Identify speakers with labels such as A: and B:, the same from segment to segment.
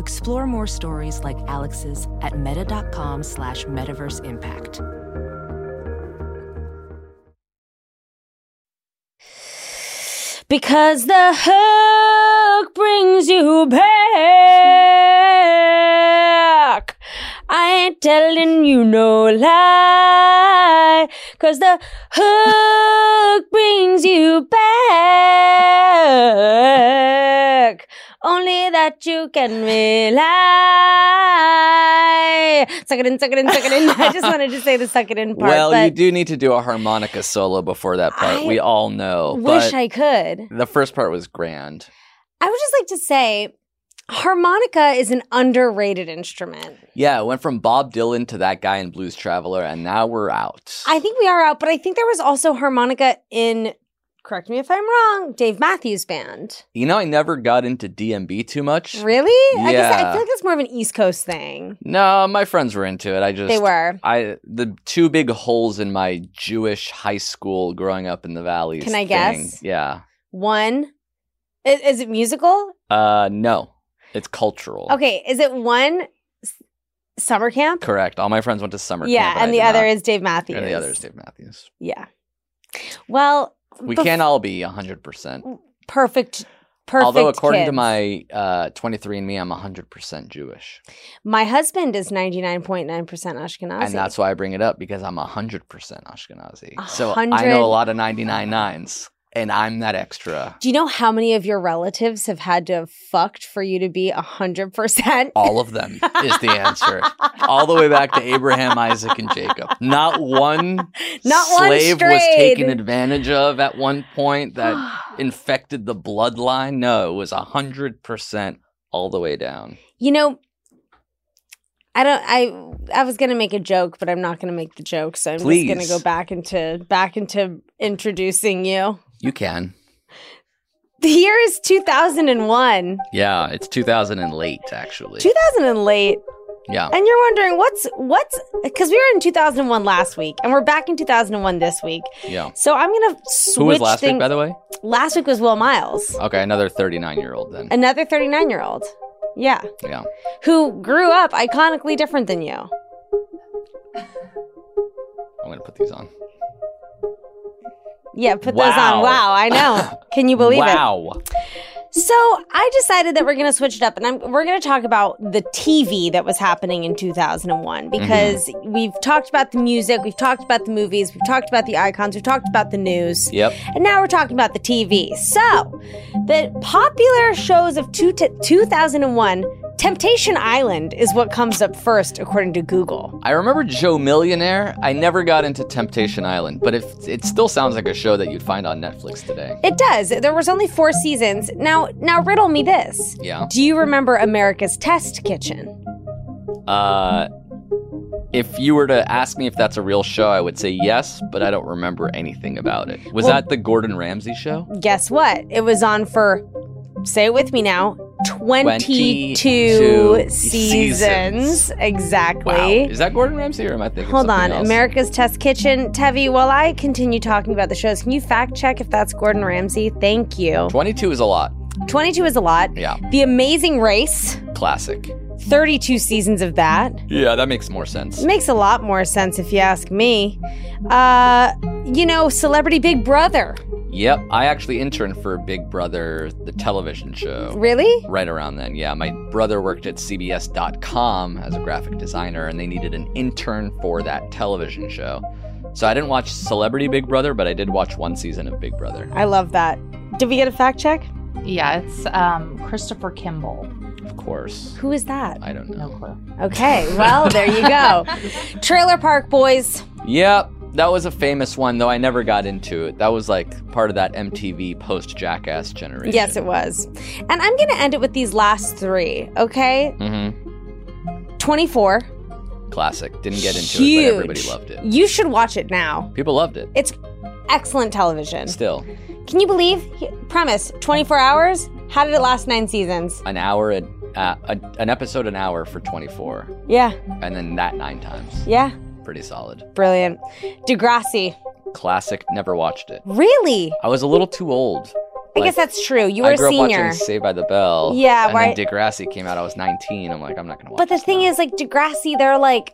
A: Explore more stories like Alex's at meta.com slash metaverse impact.
B: Because the hook brings you back. I ain't telling you no lie. Cause the hook brings you back. Only that you can rely. Suck it in, suck it in, suck it in. I just wanted to say the suck it in part.
C: well,
B: but
C: you do need to do a harmonica solo before that part.
B: I
C: we all know.
B: wish
C: but
B: I could.
C: the first part was grand.
B: I would just like to say harmonica is an underrated instrument.
C: Yeah, it went from Bob Dylan to that guy in Blues Traveler, and now we're out.
B: I think we are out, but I think there was also harmonica in, correct me if I'm wrong, Dave Matthews Band.
C: you know, I never got into DMB too much.
B: Really? I, guess, I
C: Yeah.
B: feel like that's more of an East Coast thing.
C: No, my friends were into it. I just
B: They were.
C: I the two big holes in my Jewish high school growing up in the valleys.
B: Can I
C: thing.
B: guess?
C: Yeah.
B: One, i- is, it musical?
C: Uh, no, it's cultural.
B: Okay, is it one s- summer camp?
C: Correct. All my friends went to summer
B: yeah,
C: camp.
B: and the other is Dave Matthews.
C: and the other is Dave Matthews.
B: Yeah. Well,
C: We
B: bef-
C: can't all be hundred percent.
B: perfect. Perfect.
C: Although, according to
B: kids.
C: my uh, 23andMe, I'm 100% Jewish.
B: my husband is ninety nine point nine percent Ashkenazi,
C: And that's why I bring it up because I'm 100% Ashkenazi. So I know a lot of 99 nines, and I'm that extra.
B: Do you know how many of your relatives have had to have fucked for you to be 100%?
C: All of them is the answer. All the way back to Abraham, Isaac, and Jacob. Not one
B: Not one
C: slave was
B: strayed.
C: taken advantage of at one point that infected the bloodline. No, it was 100% all the way down.
B: You know, I don't I I was going to make a joke, but I'm not going to make the joke, so I'm
C: Please.
B: just going to go back into back into introducing you.
C: You can.
B: The year is 2001.
C: Yeah, it's 2000 and late, actually.
B: 2000 and late.
C: Yeah.
B: And you're wondering what's what's cuz we were in 2001 last week and we're back in 2001 this week.
C: Yeah.
B: So I'm going to switch
C: Who was last
B: thing-
C: week, by the way?
B: last week was Will Miles.
C: Okay, another 39 year old then.
B: Another 39-year-old. Yeah.
C: Yeah.
B: who grew up iconically different than you.
C: I'm going to put these on.
B: Yeah, put those on.
C: Wow.
B: Wow, I know. Can you believe
C: wow.
B: it? So I decided that we're going to switch it up, and I'm, we're going to talk about the TV that was happening in 2001 because we've talked about the music, we've talked about the movies, we've talked about the icons, we've talked about the news.
C: Yep.
B: And now we're talking about the TV. So, the popular shows of two t- 2001, Temptation Island is what comes up first, according to Google.
C: I remember Joe Millionaire. I never got into Temptation Island, but if it still sounds like a show that you'd find on Netflix today.
B: It does. There was only four seasons. Now, now riddle me this.
C: Yeah.
B: Do you remember America's Test Kitchen?
C: Uh if you were to ask me if that's a real show, I would say yes, but I don't remember anything about it. Was
B: Well-
C: that the Gordon Ramsay show?
B: Guess what? It was on for, say it with me now, 22,
C: 22
B: seasons.
C: seasons. Wow.
B: Exactly.
C: Is that Gordon Ramsay or am I thinking
B: Hold
C: something
B: on.
C: else?
B: America's Test Kitchen. Tevi, while I continue talking about the shows, can you fact check if that's Gordon Ramsay? Thank you.
C: 22 is a lot.
B: 22 is a lot.
C: Yeah.
B: The Amazing Race,
C: Classic.
B: 32 seasons of that.
C: Yeah, that makes more sense.
B: Makes a lot more sense if you ask me. Uh, you know, Celebrity Big Brother.
C: Yep, I actually interned for Big Brother, the television show.
B: Really?
C: Right around then, yeah. My brother worked at CBS.com as a graphic designer, and they needed an intern for that television show. So I didn't watch Celebrity Big Brother, but I did watch one season of Big Brother.
B: I love that. Did we get a fact check?
D: Yeah, it's um, Christopher Kimball.
C: Of course.
B: Who is that?
C: I don't
D: No
C: know.
D: clue.
B: Okay, well, there you go. Trailer Park Boys.
C: Yep, that was a famous one, though I never got into it. That was like part of that MTV post Jackass generation.
B: Yes, it was. And I'm going to end it with these last three, okay?
C: Mm-hmm.
B: 24.
C: Classic. Didn't get into
B: Huge.
C: it, but everybody loved it.
B: You should watch it now.
C: People loved it.
B: It's excellent television.
C: Still,
B: Can you believe? He- Premise 24 hours. How did it last nine seasons?
C: an hour, a, uh, a, an episode an hour for 24,
B: Yeah,
C: and then that nine times.
B: yeah.
C: Pretty solid.
B: Brilliant. Degrassi.
C: Classic. Never watched it.
B: Really?
C: I was a little too old.
B: I guess
C: Like,
B: that's true. You were
C: I
B: a
C: grew up
B: senior.
C: watching Saved by the Bell.
B: Yeah,
C: and
B: right.
C: then Degrassi came out. I was 19. I'm like, I'm not gonna watch.
B: But the
C: this
B: thing
C: now.
B: is, like Degrassi, they're like,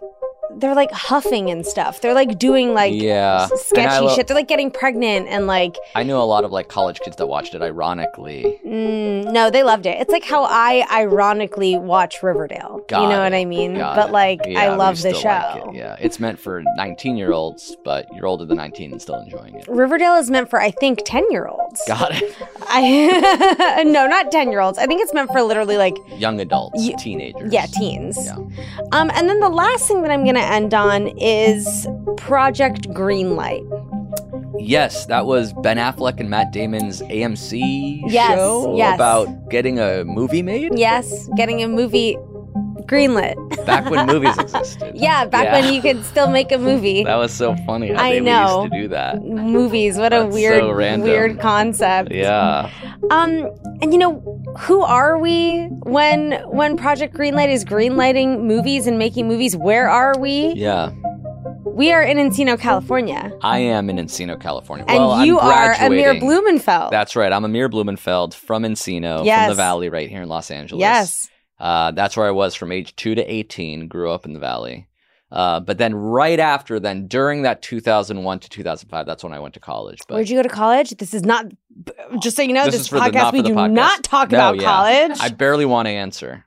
B: they're like huffing and stuff. They're like doing like
C: yeah,
B: s-
C: And Uh, I
B: sketchy
C: lo-
B: shit. They're like getting pregnant and like,
C: I knew a lot of like college kids that watched it. Ironically,
B: mm, no, they loved it. It's like how I ironically watch Riverdale.
C: Got
B: you know what
C: it.
B: I mean?
C: Got
B: Mm, But
C: it.
B: like,
C: Yeah,
B: I
C: we
B: love the show.
C: still like it. yeah, it's meant for 19 year olds, but you're older than 19 and still enjoying it.
B: Riverdale is meant for, I think, 10 year olds.
C: Got it.
B: I no, not ten year olds. I think it's meant for literally like
C: Young adults,
B: You-
C: teenagers.
B: yeah, teens.
C: Yeah.
B: Um, and then the last thing that I'm gonna end on is Project Greenlight.
C: Yes, that was Ben Affleck and Matt Damon's AMC
B: Yes,
C: show
B: yes.
C: about getting a movie made
B: Yes, getting a movie greenlit.
C: back when movies existed.
B: Yeah, back when you could still make a movie.
C: That was so funny how
B: I
C: they
B: know.
C: used to do that.
B: Movies, what a
C: That's so
B: weird,
C: random.
B: weird concept.
C: Yeah.
B: Um, and you know, who are we when when Project Greenlight is greenlighting movies and making movies? Where are we?
C: Yeah.
B: We are in Encino, California.
C: I am in Encino, California.
B: And
C: well,
B: you
C: I'm
B: are Amir
C: graduating.
B: Blumenfeld.
C: That's right. I'm Amir Blumenfeld from Encino,
B: Yes.
C: from the Valley right here in Los Angeles.
B: yes.
C: Uh, that's where I was from age two to 18, grew up in the Valley. Uh, but then right after, then during that 2001 to 2005, that's when I went to college. But
B: Where'd you go to college? This is not. Just so you know,
C: This
B: this,
C: is for the-
B: podcast
C: not for
B: we
C: the
B: do
C: podcast.
B: not talk
C: No,
B: about
C: yeah.
B: college.
C: I
B: I,
C: barely want to answer.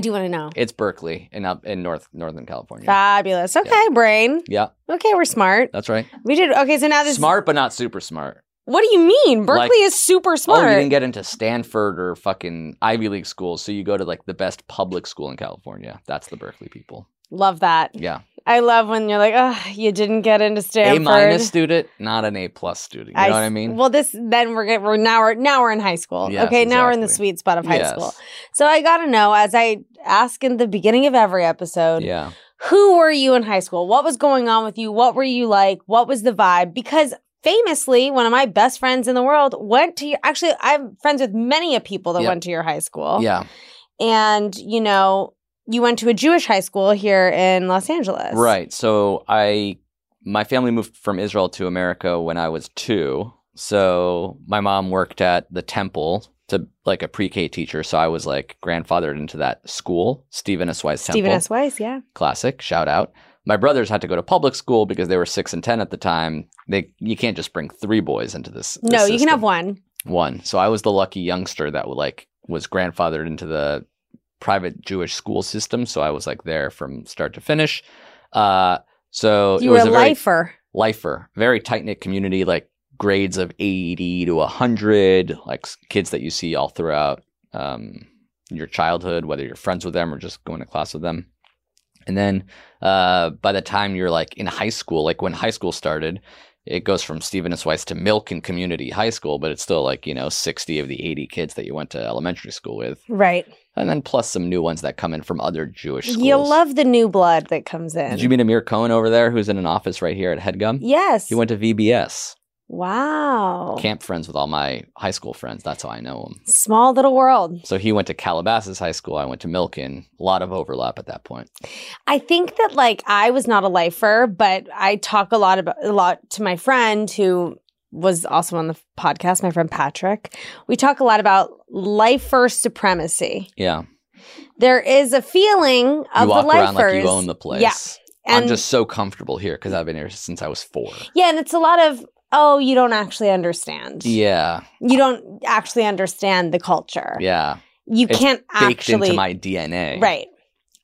B: do want to know.
C: It's Berkeley in up in North Northern California.
B: Fabulous. Okay, brain.
C: yeah,
B: Okay, we're smart.
C: that's right.
B: We did. Okay, so now this.
C: Smart, but not super smart.
B: What do you mean? Berkeley
C: Like-
B: is super smart.
C: Oh, you didn't get into Stanford or fucking Ivy League schools, so you go to like the best public school in California. That's the Berkeley people.
B: love that.
C: Yeah,
B: I love when you're like, oh, you didn't get into Stanford.
C: a minus student, not an A plus student. You know what I
B: s-
C: mean?
B: Well, this then we're get, we're now we're now we're in high school.
C: Yes,
B: okay, now we're in the
C: exactly.
B: sweet spot of high
C: Yes.
B: school. So I gotta know, as I ask in the beginning of every episode,
C: Yeah,
B: who were you in high school? What was going on with you? What were you like? What was the vibe? Because famously, one of my best friends in the world went to your, actually, I'm friends with many a people that
C: Yeah.
B: went to your high school.
C: yeah,
B: And, you know, you went to a Jewish high school here in Los Angeles.
C: right. So I, my family moved from Israel to America when I was two. So my mom worked at the temple to like a pre K teacher. So I was like grandfathered into that school, Stephen S. Weiss Temple.
B: Stephen S. Weiss, yeah.
C: classic shout out my brothers had to go to public school because they were six and ten at the time they you can't just bring three boys into this, this
B: No, you can
C: system.
B: have one.
C: one so i was the lucky youngster that would, like was grandfathered into the private jewish school system so i was like there from start to finish uh so
B: You
C: it
B: were
C: was
B: a
C: a very
B: lifer.
C: lifer, very tight knit community, like grades of 80 to 100, like s- kids that you see all throughout um, your childhood, whether you're friends with them or just going to class with them. And then uh, by the time you're like in high school, like when high school started, it goes from Stephen S. Weiss to Milk and Community High School, but it's still like, you know, 60 of the 80 kids that you went to elementary school with.
B: Right.
C: And then plus some new ones that come in from other Jewish schools.
B: You love the new blood that comes in.
C: Did you meet Amir Cohen over there who's in an office right here at HeadGum?
B: Yes.
C: He went to VBS.
B: wow.
C: camp friends with all my high school friends. That's how I know him.
B: Small little world.
C: So he went to Calabasas High School. I went to Milken. A lot of overlap at that point.
B: I think that like I was not a lifer, but I talk a lot about a lot to my friend who was also on the podcast, my friend Patrick. We talk a lot about lifer supremacy.
C: Yeah.
B: There is a feeling of
C: you walk
B: the lifers.
C: around like you own the place.
B: Yeah.
C: I'm
B: And
C: just so comfortable here because I've been here since I was four.
B: yeah, and it's a lot of oh, you don't actually understand.
C: Yeah.
B: You don't actually understand the culture.
C: Yeah.
B: You
C: It's
B: can't
C: Baked
B: actually
C: into my DNA.
B: Right.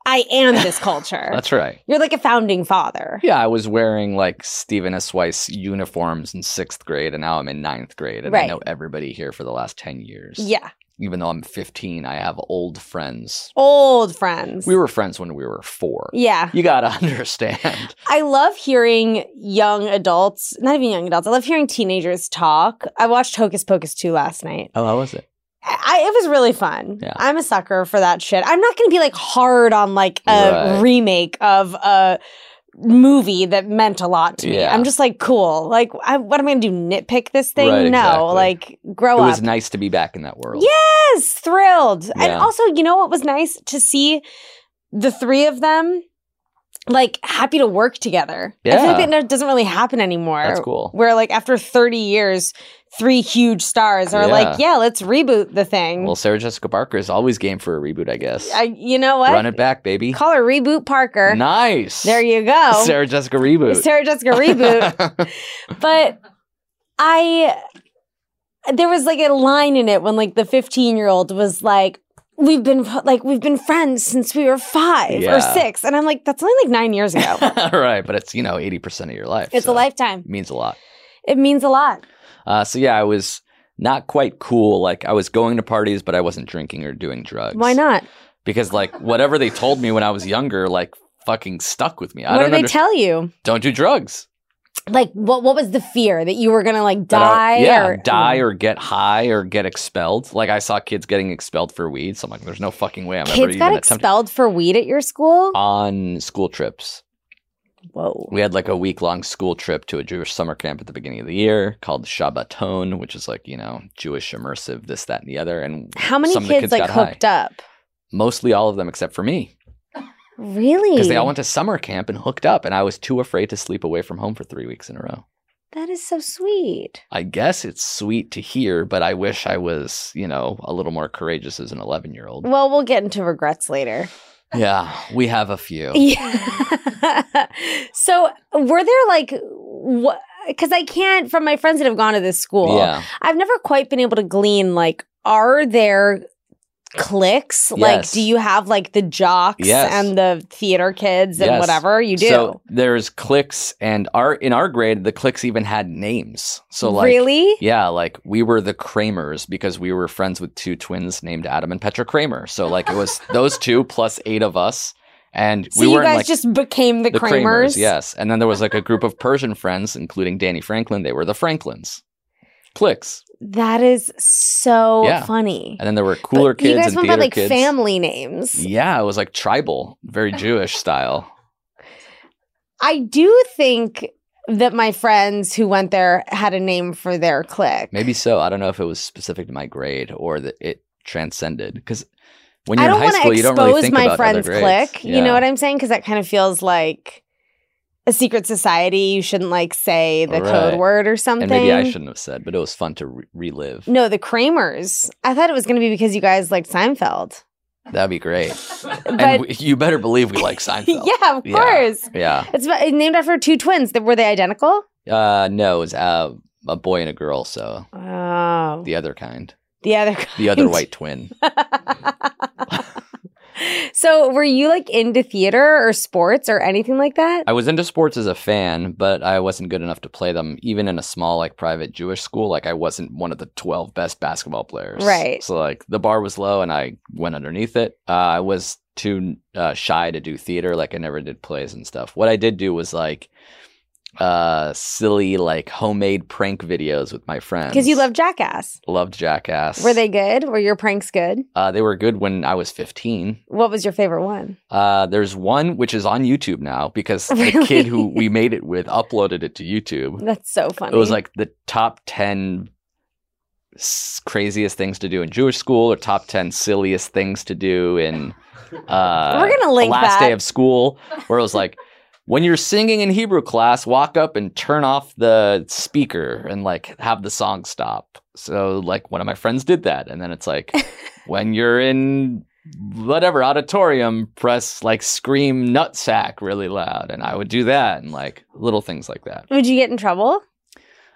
B: I am this culture.
C: That's right.
B: You're like a founding father.
C: Yeah, I was wearing like Stephen S. Weiss uniforms in sixth grade, and now I'm in ninth grade, and I
B: Right.
C: know everybody here for the last ten years.
B: Yeah.
C: Even though I'm 15, I have old friends.
B: Old friends.
C: We were friends when we were four.
B: yeah.
C: You gotta understand.
B: I love hearing young adults, not even young adults, I love hearing teenagers talk. I watched Hocus Pocus 2 last night.
C: Oh, how was it?
B: I, it was really fun.
C: Yeah.
B: I'm a sucker for that shit. I'm not going to be like hard on like a
C: Right.
B: remake of a movie that meant a lot to me.
C: Yeah.
B: I'm just like, cool. Like, I, what am I going to do? Nitpick this thing?
C: Right,
B: no.
C: exactly.
B: Like, grow
C: it
B: up.
C: was nice to be back in that world.
B: Yes, thrilled. And
C: Yeah.
B: also, you know what was nice to see the three of them like happy to work together. I feel like
C: Yeah.
B: that no- doesn't really happen anymore.
C: That's cool.
B: Where like after 30 years, three huge stars are like, yeah, let's reboot the thing.
C: Well, Sarah Jessica Parker is always game for a reboot, I guess.
B: I, you know what?
C: Run it back, baby.
B: Call her Reboot Parker.
C: Nice.
B: There you go.
C: Sarah Jessica reboot.
B: Sarah Jessica Reboot. but I there was like a line in it when like the 15 year old was like we've been like we've been friends since we were 5
C: Yeah.
B: or 6 and I'm like that's only like 9 years ago.
C: All right, but it's you know eighty percent of your life.
B: it's
C: so
B: a lifetime.
C: it means a lot.
B: It means a lot.
C: Uh, so yeah, I was not quite cool. Like I was going to parties, but I wasn't drinking or doing drugs.
B: Why not?
C: Because like whatever they told me when I was younger, like fucking stuck with me. I
B: what
C: don't
B: did they
C: under-
B: tell you?
C: don't do drugs.
B: Like what what was the fear that you were going to like
C: That I-
B: die
C: yeah,
B: or mm.
C: die or get high or get expelled. Like I saw kids getting expelled for weed. So I'm like, there's no fucking way I'm ever
B: Kids
C: even
B: got
C: attempting-
B: expelled for weed at your school?
C: Uh, on school trips.
B: Whoa.
C: We had like a week long school trip to a Jewish summer camp at the beginning of the year called Shabbaton, which is like, you know, Jewish immersive, this, that, and the other. And
B: How many
C: some of
B: kids,
C: the kids
B: like
C: got high.
B: hooked up?
C: mostly all of them except for me
B: Really?
C: because they all went to summer camp and hooked up. And I was too afraid to sleep away from home for three weeks in a row.
B: that is so sweet.
C: I guess it's sweet to hear, but I wish I was, you know, a little more courageous as an 11 year old.
B: Well, we'll get into regrets later.
C: Yeah, we have a few.
B: Yeah. so were there like what? Because I can't from my friends that have gone to this school.
C: Yeah.
B: I've never quite been able to glean like are there cliques? Like,
C: Yes.
B: do you have like the jocks
C: Yes.
B: and the theater kids and
C: Yes.
B: whatever you do?
C: So there's cliques, and our in our grade, the cliques even had names. So like,
B: really?
C: Yeah, like we were the Kramers because we were friends with two twins named Adam and Petra Kramer. So like it was those two plus eight of us, and
B: So
C: we
B: you
C: were
B: guys
C: like
B: just became the,
C: the
B: Kramers?
C: Kramers. Yes, and then there was like a group of Persian friends, including Danny Franklin. They were the Franklins. Clicks,
B: That is so
C: Yeah.
B: funny.
C: and then there were cooler
B: But
C: kids
B: You guys
C: and
B: went
C: theater
B: by like
C: kids.
B: family names.
C: Yeah, it was like tribal, very Jewish style.
B: I do think that my friends who went there had a name for their clique.
C: Maybe so. I don't know if it was specific to my grade or that it transcended because when
B: I
C: you're
B: don't
C: in high
B: want to
C: school, you
B: expose
C: don't really think
B: my
C: about
B: friends'
C: other grades.
B: clique. You know
C: Yeah.
B: what I'm saying? Because that kind of feels like a secret society. You shouldn't like say the code
C: Right.
B: word or something.
C: And maybe I shouldn't have said, but it was fun to re- relive.
B: No, the Kramers. I thought it was going to be because you guys liked Seinfeld.
C: That'd be great.
B: But-
C: and we, you better believe we like Seinfeld.
B: yeah, of
C: Yeah.
B: course.
C: yeah.
B: It's about- it's named after two twins. That Were they identical?
C: Uh, no, it was uh, a boy and a girl, so
B: Oh,
C: the other kind,
B: the other.
C: the other white twin.
B: so, were you like into theater or sports or anything like that?
C: I was into sports as a fan, but I wasn't good enough to play them, even in a small, like, private Jewish school. Like, I wasn't one of the 12 best basketball players.
B: Right.
C: So, like, the bar was low and I went underneath it. Uh, I was too uh, shy to do theater. Like, I never did plays and stuff. What I did do was, like, uh, silly, like, homemade prank videos with my friends.
B: Because you love Jackass.
C: Loved Jackass.
B: Were they good? Were your pranks good?
C: Uh, they were good when I was 15.
B: What was your favorite one?
C: Uh, there's one which is on YouTube now because
B: Really?
C: the kid who we made it with uploaded it to YouTube.
B: That's so funny.
C: It was like the top 10 s- craziest things to do in Jewish school or top 10 silliest things to do in uh,
B: We're gonna link
C: the last
B: that.
C: day of school, where it was like, when you're singing in Hebrew class, walk up and turn off the speaker and like have the song stop. So, like, one of my friends did that. And then it's like, when you're in whatever auditorium, press like scream nutsack really loud. And I would do that and like little things like that.
B: Would you get in trouble?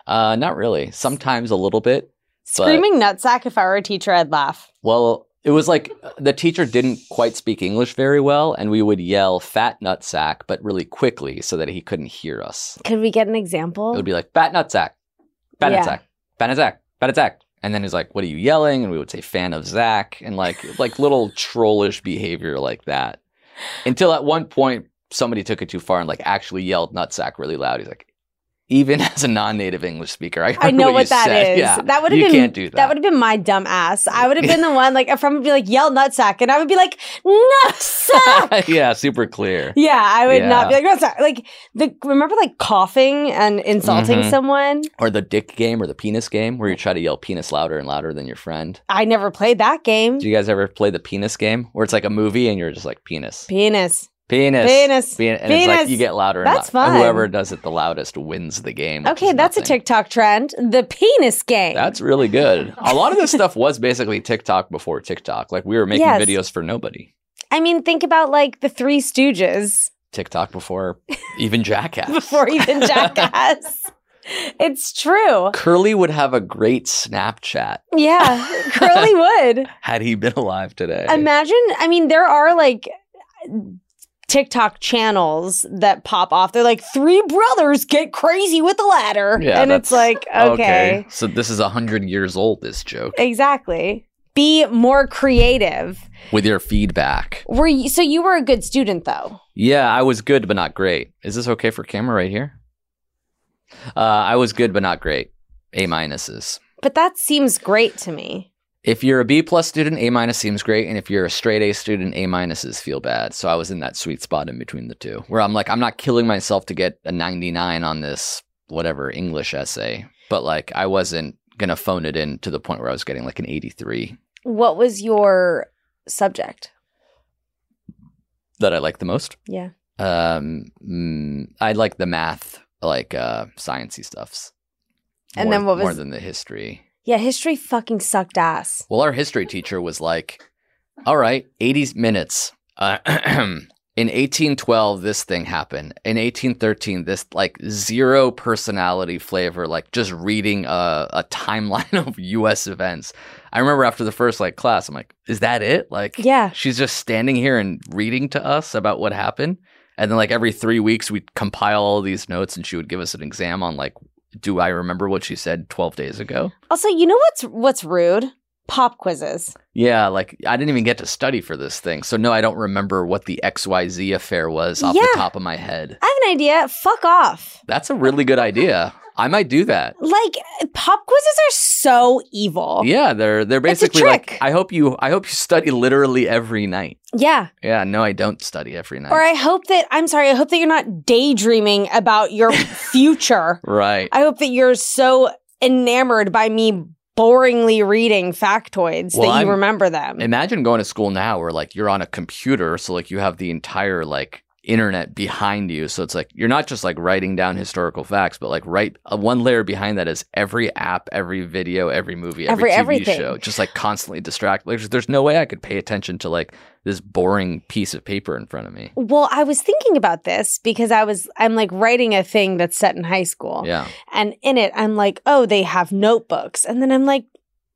C: Uh, not really. Sometimes a little bit.
B: Screaming nutsack. If I were a teacher, I'd laugh.
C: Well, it was like the teacher didn't quite speak English very well, and we would yell "fat nutsack," but really quickly so that he couldn't hear us.
B: Could we get an
C: It
B: example?
C: would be like "fat nutsack, fat
B: Yeah.
C: nutsack, fat nutsack, fat nutsack," and then he's like, "What are you yelling?" And we would say "fan of Zach," and like like little trollish behavior like that. Until at one point, somebody took it too far and like actually yelled "nutsack" really loud. He's like, even as a non-native English speaker. I, heard
B: I know what
C: you
B: that is.
C: said. Yeah,
B: That would have
C: you
B: been
C: can't do that.
B: would have been my dumb ass. I would have been the one like if I would be like yell nutsack, and I would be like nutsack.
C: yeah, super clear.
B: yeah, I would not be
C: Yeah.
B: like nutsack. Like the remember like coughing and insulting
C: Mhm.
B: someone.
C: Or the dick game or the penis game where you try to yell penis louder and louder than your friend.
B: I never played that game.
C: Do you guys ever play the penis game where it's like a movie and you're just like penis,
B: Penis.
C: penis,
B: Penis.
C: Pe- and it's like
B: Penis.
C: you get louder and
B: That's
C: louder.
B: fun.
C: And whoever does it the loudest wins the game. which
B: Okay,
C: is
B: that's a
C: nothing.
B: TikTok trend. The penis game.
C: That's really good. A lot of this stuff was basically TikTok before TikTok. Like we were making
B: Yes.
C: videos for nobody.
B: I mean, think about like the Three Stooges
C: TikTok before even Jackass.
B: before even Jackass. It's true.
C: Curly would have a great Snapchat
B: Yeah, Curly would.
C: had he been alive today.
B: Imagine, I mean, there are like TikTok channels that pop off. They're like, three brothers get crazy with a ladder.
C: Yeah,
B: and it's
C: that's-
B: like, okay,
C: So this is a hundred years old. This joke
B: exactly. Be more creative.
C: with your feedback.
B: Were you, so you were a good student though.
C: Yeah, I was good but not great. Is this okay for camera right here? Uh, I was good but not great. A minuses.
B: But that seems great to me.
C: If you're a B plus student, A minus seems great, and if you're a straight A student, A minuses feel bad. So I was in that sweet spot in between the two, where I'm like, I'm not killing myself to get a 99 on this whatever English essay, but like I wasn't gonna phone it in to the point where I was getting like an 83
B: What was your subject?
C: that I liked the most.
B: Yeah.
C: Um, mm, I like the math, like uh, sciencey stuffs.
B: And
C: more-
B: then what
C: more
B: was-
C: than the history?
B: Yeah, history fucking sucked ass.
C: Well, our history teacher was like, all right, 80 minutes. Uh, in 1812, this thing happened. In 1813, this like zero personality flavor, like just reading a, a timeline of US events. I remember after the first like class, I'm like, is that it? Like,
B: Yeah.
C: she's just standing here and reading to us about what happened. And then like every three weeks, we'd compile all these notes and she would give us an exam on like, do I remember what she said 12 days ago?
B: Also, you know what's what's rude? Pop quizzes.
C: Yeah, like I didn't even get to study for this thing. So no, I don't remember what the XYZ affair was off the
B: Yeah.
C: top of my head.
B: I have an idea. Fuck off.
C: That's a really good idea. I might do that.
B: Like pop quizzes are so evil.
C: Yeah, they're they're
B: It's a
C: basically like
B: trick.
C: I hope you I hope you study literally every night.
B: Yeah.
C: Yeah, no, I don't study every night.
B: Or I hope that I'm sorry, I hope that you're not daydreaming about your future.
C: Right.
B: I hope that you're so enamored by me boringly reading factoids
C: Well,
B: that you
C: I'm-
B: remember them.
C: Imagine going to school now where like you're on a computer, so like you have the entire like internet behind you. So it's like you're not just like writing down historical facts, but like right uh, one layer behind that is every app, every video, every movie, every,
B: Every
C: TV
B: everything.
C: show, just like constantly distract. Like there's no way I could pay attention to like this boring piece of paper in front of me.
B: well, I was thinking about this because I was I'm like writing a thing that's set in high school.
C: Yeah.
B: And in it I'm like, "Oh, they have notebooks." And then I'm like,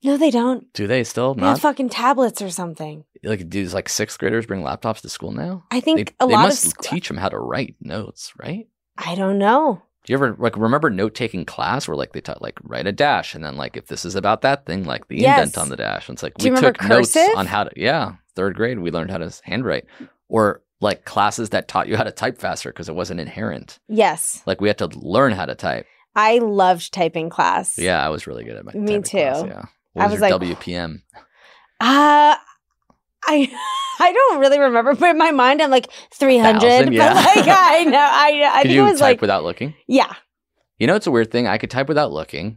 B: "No, they don't.
C: Do they still
B: They have
C: not
B: fucking tablets or something."
C: like do these like sixth graders bring laptops to school now?
B: I
C: They,
B: think a
C: they
B: lot
C: must
B: of
C: teach 'em
B: sc-
C: teach them how to write notes, right?
B: I don't know.
C: Do you ever like remember note taking class where like they taught like write a dash and then like if this is about that thing like the
B: Yes.
C: indent on the dash and it's like
B: Do you
C: we took
B: remember
C: notes
B: cursive?
C: on how to yeah third grade we learned how to s- handwrite or like classes that taught you how to type faster because it wasn't inherent
B: Yes.
C: like we had to learn how to type
B: I loved typing class.
C: yeah I was really good at my
B: Me
C: typing class,
B: too.
C: yeah
B: I
C: what was,
B: was
C: your
B: like-
C: WPM
B: Uh I I don't really remember, but in my mind I'm like 300.
C: Thousand, yeah.
B: But like I know I I think
C: could
B: it
C: you type
B: was like
C: without looking
B: yeah.
C: You know, it's a weird thing. I could type without looking,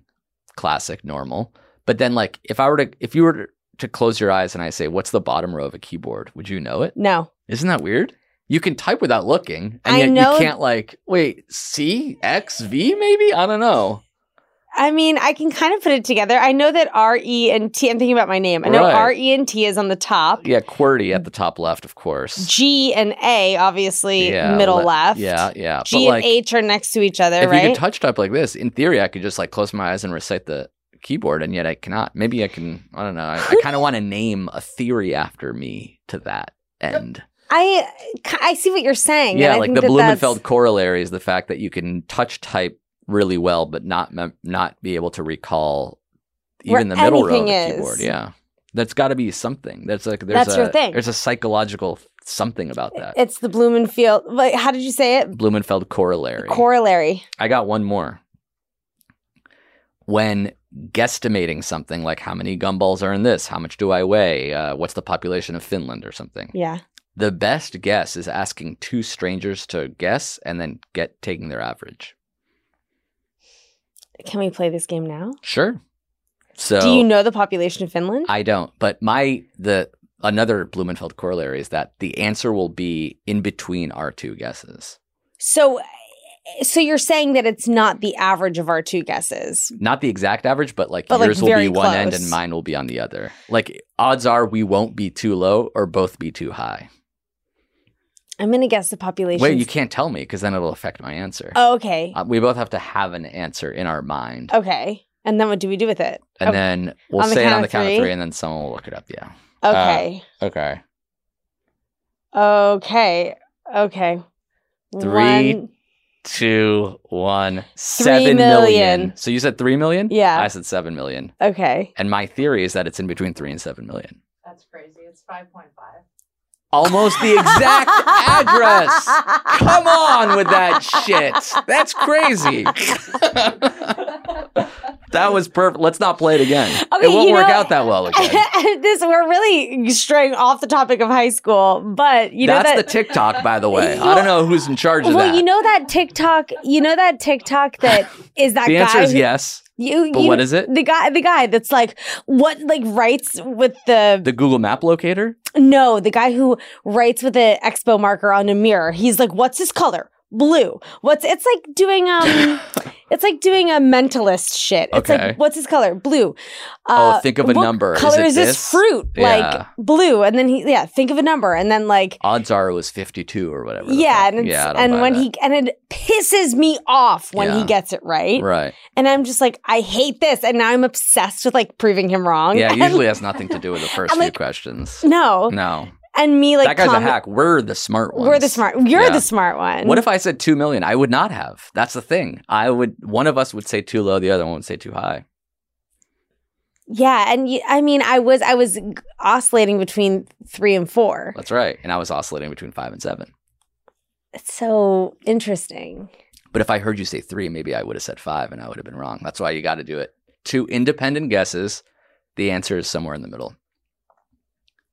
C: classic, normal. But then, like, if I were to, if you were to close your eyes and I say, "What's the bottom row of a keyboard?" Would you know it?
B: No.
C: Isn't that weird? You can type without looking, and
B: I
C: yet
B: know-
C: you can't. Like, wait, C X V maybe? I don't know.
B: I mean, I can kind of put it together. I know that R E and T I'm thinking about my name. I know
C: Right.
B: R E and T is on the top.
C: Yeah, QWERTY at the top left, of course.
B: G and A obviously
C: yeah,
B: middle
C: le-
B: left.
C: Yeah, yeah.
B: G
C: but
B: and
C: like,
B: H are next to each other,
C: if you
B: right?
C: could touch type like this, in theory, I could just like close my eyes and recite the keyboard, and yet I cannot. Maybe I can. I don't know. I, I kind of want to name a theory after me to that end.
B: I I see what you're saying. and
C: Yeah,
B: I
C: like
B: think
C: the
B: that that's-
C: Blumenfeld corollary is the fact that you can touch type really well, but not mem- not be able to recall
B: Where
C: even the middle row of the
B: anything is.
C: keyboard. Yeah, that's got to be something. That's like there's
B: That's
C: a
B: your thing.
C: there's a psychological something about that
B: It's the Blumenfeld. Like, how did you say it?
C: Blumenfeld corollary.
B: Corollary.
C: I got one more. when guesstimating something like how many gumballs are in this, how much do I weigh, uh, what's the population of Finland or something.
B: Yeah.
C: The best guess is asking two strangers to guess and then get taking their average.
B: Can we play this game now?
C: Sure. So
B: Do you know the population of Finland?
C: I don't, but my the another Blumenfeld corollary is that the answer will be in between our two guesses.
B: so so you're saying that it's not the average of our two guesses.
C: Not the exact average, but like
B: But, like,
C: yours will
B: very
C: be one end
B: close.
C: and mine will be on the other. Like odds are we won't be too low or both be too high.
B: I'm gonna guess the population.
C: Wait, you can't tell me because then it'll affect my answer.
B: Oh, okay.
C: Uh, we both have to have an answer in our mind,
B: okay. And then what do we do with it?
C: and
B: okay.
C: then we'll
B: Oh. On the
C: say it
B: count
C: on
B: of
C: the count
B: three?
C: of three, and then someone will look it up. Yeah.
B: okay.
C: Okay.
B: Okay. Okay.
C: Three,
B: One-
C: Two, one, seven million.
B: million.
C: So you said three million.
B: Yeah.
C: I said seven million.
B: Okay.
C: And my theory is that it's in between three and seven million.
D: That's crazy. It's 5.5.
C: Almost the exact address. Come on with that shit. That's crazy. that was perfect. Let's not play it again.
B: Okay,
C: it won't
B: you
C: work
B: know-
C: out that well again.
B: this we're really straying off the topic of high school, but you know
C: That's
B: that
C: the TikTok, by the way.
B: Well-
C: I don't know who's in charge of
B: well,
C: that.
B: you know that TikTok, you know that TikTok that is that
C: the
B: guy.
C: answer is
B: who-
C: yes.
B: You,
C: But
B: you-
C: what is it?
B: The guy, the guy that's like what, like writes with the,
C: The Google Map locator?
B: no, the guy who writes with an expo marker on a mirror. He's like, what's his color? Blue. What's it's like doing um, it's like doing a mentalist shit. It's
C: Okay.
B: like what's his color? Blue. Uh,
C: Oh, think of a
B: what
C: number. Is
B: Color
C: it
B: is, this,
C: this?
B: fruit?
C: Yeah.
B: Like blue. And then he yeah, think of a number, and then like
C: Odds are it was 52 or whatever. the
B: yeah,
C: fuck.
B: and it's,
C: yeah, I don't
B: and
C: buy
B: when
C: that.
B: he and it pisses me off when he
C: Yeah.
B: gets it right.
C: Right.
B: And I'm just like, I hate this. And now I'm obsessed with like proving him wrong.
C: Yeah,
B: And-
C: usually has nothing to do with the first
B: I'm
C: few
B: like,
C: questions.
B: no.
C: No.
B: And me like
C: that guy's
B: comment-
C: a hack. We're the smart ones.
B: We're the smart. You're
C: Yeah.
B: the smart one.
C: What if I said 2 million? I would not have. That's the thing. I would one of us would say too low, the other one would say too high.
B: Yeah, and y- I mean, I was I was g- oscillating between three and four.
C: That's right. And I was oscillating between 5 and 7.
B: It's so interesting.
C: But if I heard you say 3, maybe I would have said 5 and I would have been wrong. That's why you got to do it. Two independent guesses. The answer is somewhere in the middle.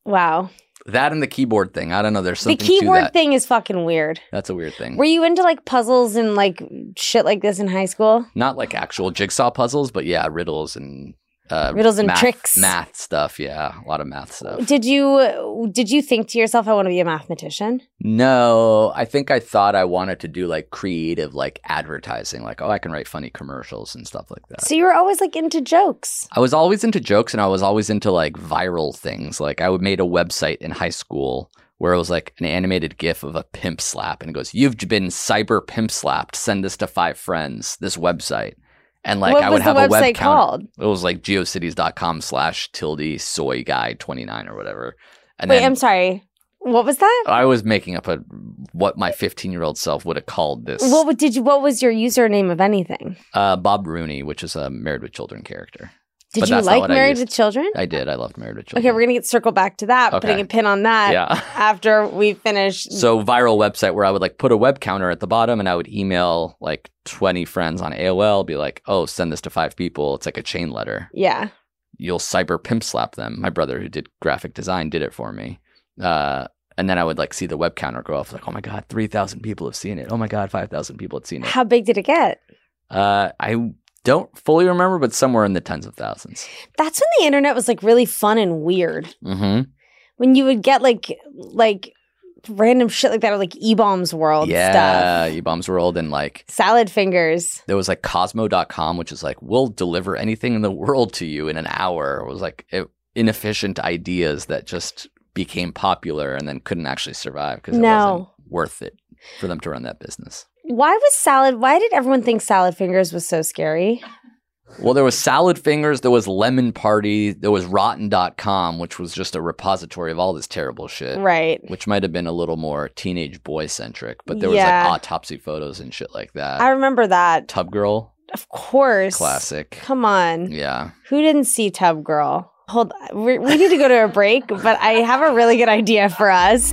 B: Wow,
C: That and the keyboard thing. I don't know. There's something
B: the
C: to
B: keyword
C: that. Mm.
B: thing is fucking weird.
C: That's a weird thing.
B: Were you into like puzzles and like shit like this in high school?
C: Not like actual jigsaw puzzles, but yeah, riddles and uh,
B: Riddles and
C: math-
B: tricks.
C: math stuff. Yeah, a lot of math stuff.
B: Did you did you think to yourself, I want to be a mathematician?
C: No, I think I thought I wanted to do like creative, like advertising, like oh, I can write funny commercials and stuff like that.
B: So you were always like into jokes.
C: I was always into jokes and I was always into like viral things. Like I would made a website in high school where it was like an animated gif of a pimp slap and it goes, You've been cyber pimp slapped. Send this to five friends, this website. And like
B: what
C: I
B: was
C: would have
B: the
C: a web
B: website
C: count.
B: called?
C: It was like geocities.com slash tilde soy guy twenty nine or whatever. And
B: Wait,
C: then Oh,
B: I'm sorry. What was that?
C: I was making up a what my fifteen year old self would have called this
B: What would- did you? What was your username of anything?
C: uh, Bob Rooney, which is a Married with Children character.
B: Did
C: But
B: you
C: that's not
B: like
C: what I
B: Married
C: used.
B: with Children?
C: I did. I loved Married with Children.
B: Okay, we're gonna get circle back to that,
C: Okay.
B: putting a pin on that
C: yeah.
B: after we finish.
C: so viral website where I would like put a web counter at the bottom and I would email like 20 friends on AOL, be like, oh, send this to five people. It's like a chain letter.
B: yeah,
C: You'll cyber pimp slap them. My brother who did graphic design did it for me. Uh, and then I would like see the web counter go off like, oh my God, 3,000 people have seen it. Oh my God, 5,000 people had seen it.
B: how big did it get?
C: Uh, I don't fully remember, but somewhere in the tens of 1000s
B: That's when the internet was like really fun and weird.
C: Mm-hmm.
B: When you would get like like random shit like that, or like E Bombs World
C: yeah, E
B: stuff,
C: E-Bombs World and like
B: salad fingers.
C: there was like Cosmo.com, which is like we'll deliver anything in the world to you in an hour. It was like i- inefficient ideas that just became popular and then couldn't actually survive because it wasn't
B: No.
C: worth it for them to run that business.
B: Why was salad? Why did everyone think salad fingers was so scary?
C: Well, there was Salad Fingers, there was Lemon Party, there was Rotten.com, which was just a repository of all this terrible shit.
B: Right.
C: Which might have been a little more teenage boy centric, but there was
B: Yeah.
C: like autopsy photos and shit like that.
B: I remember that.
C: Tub Girl,
B: Of course.
C: classic.
B: Come on.
C: Yeah.
B: Who didn't see Tub Girl? Hold on. we we need to go to a break, but I have a really good idea for us.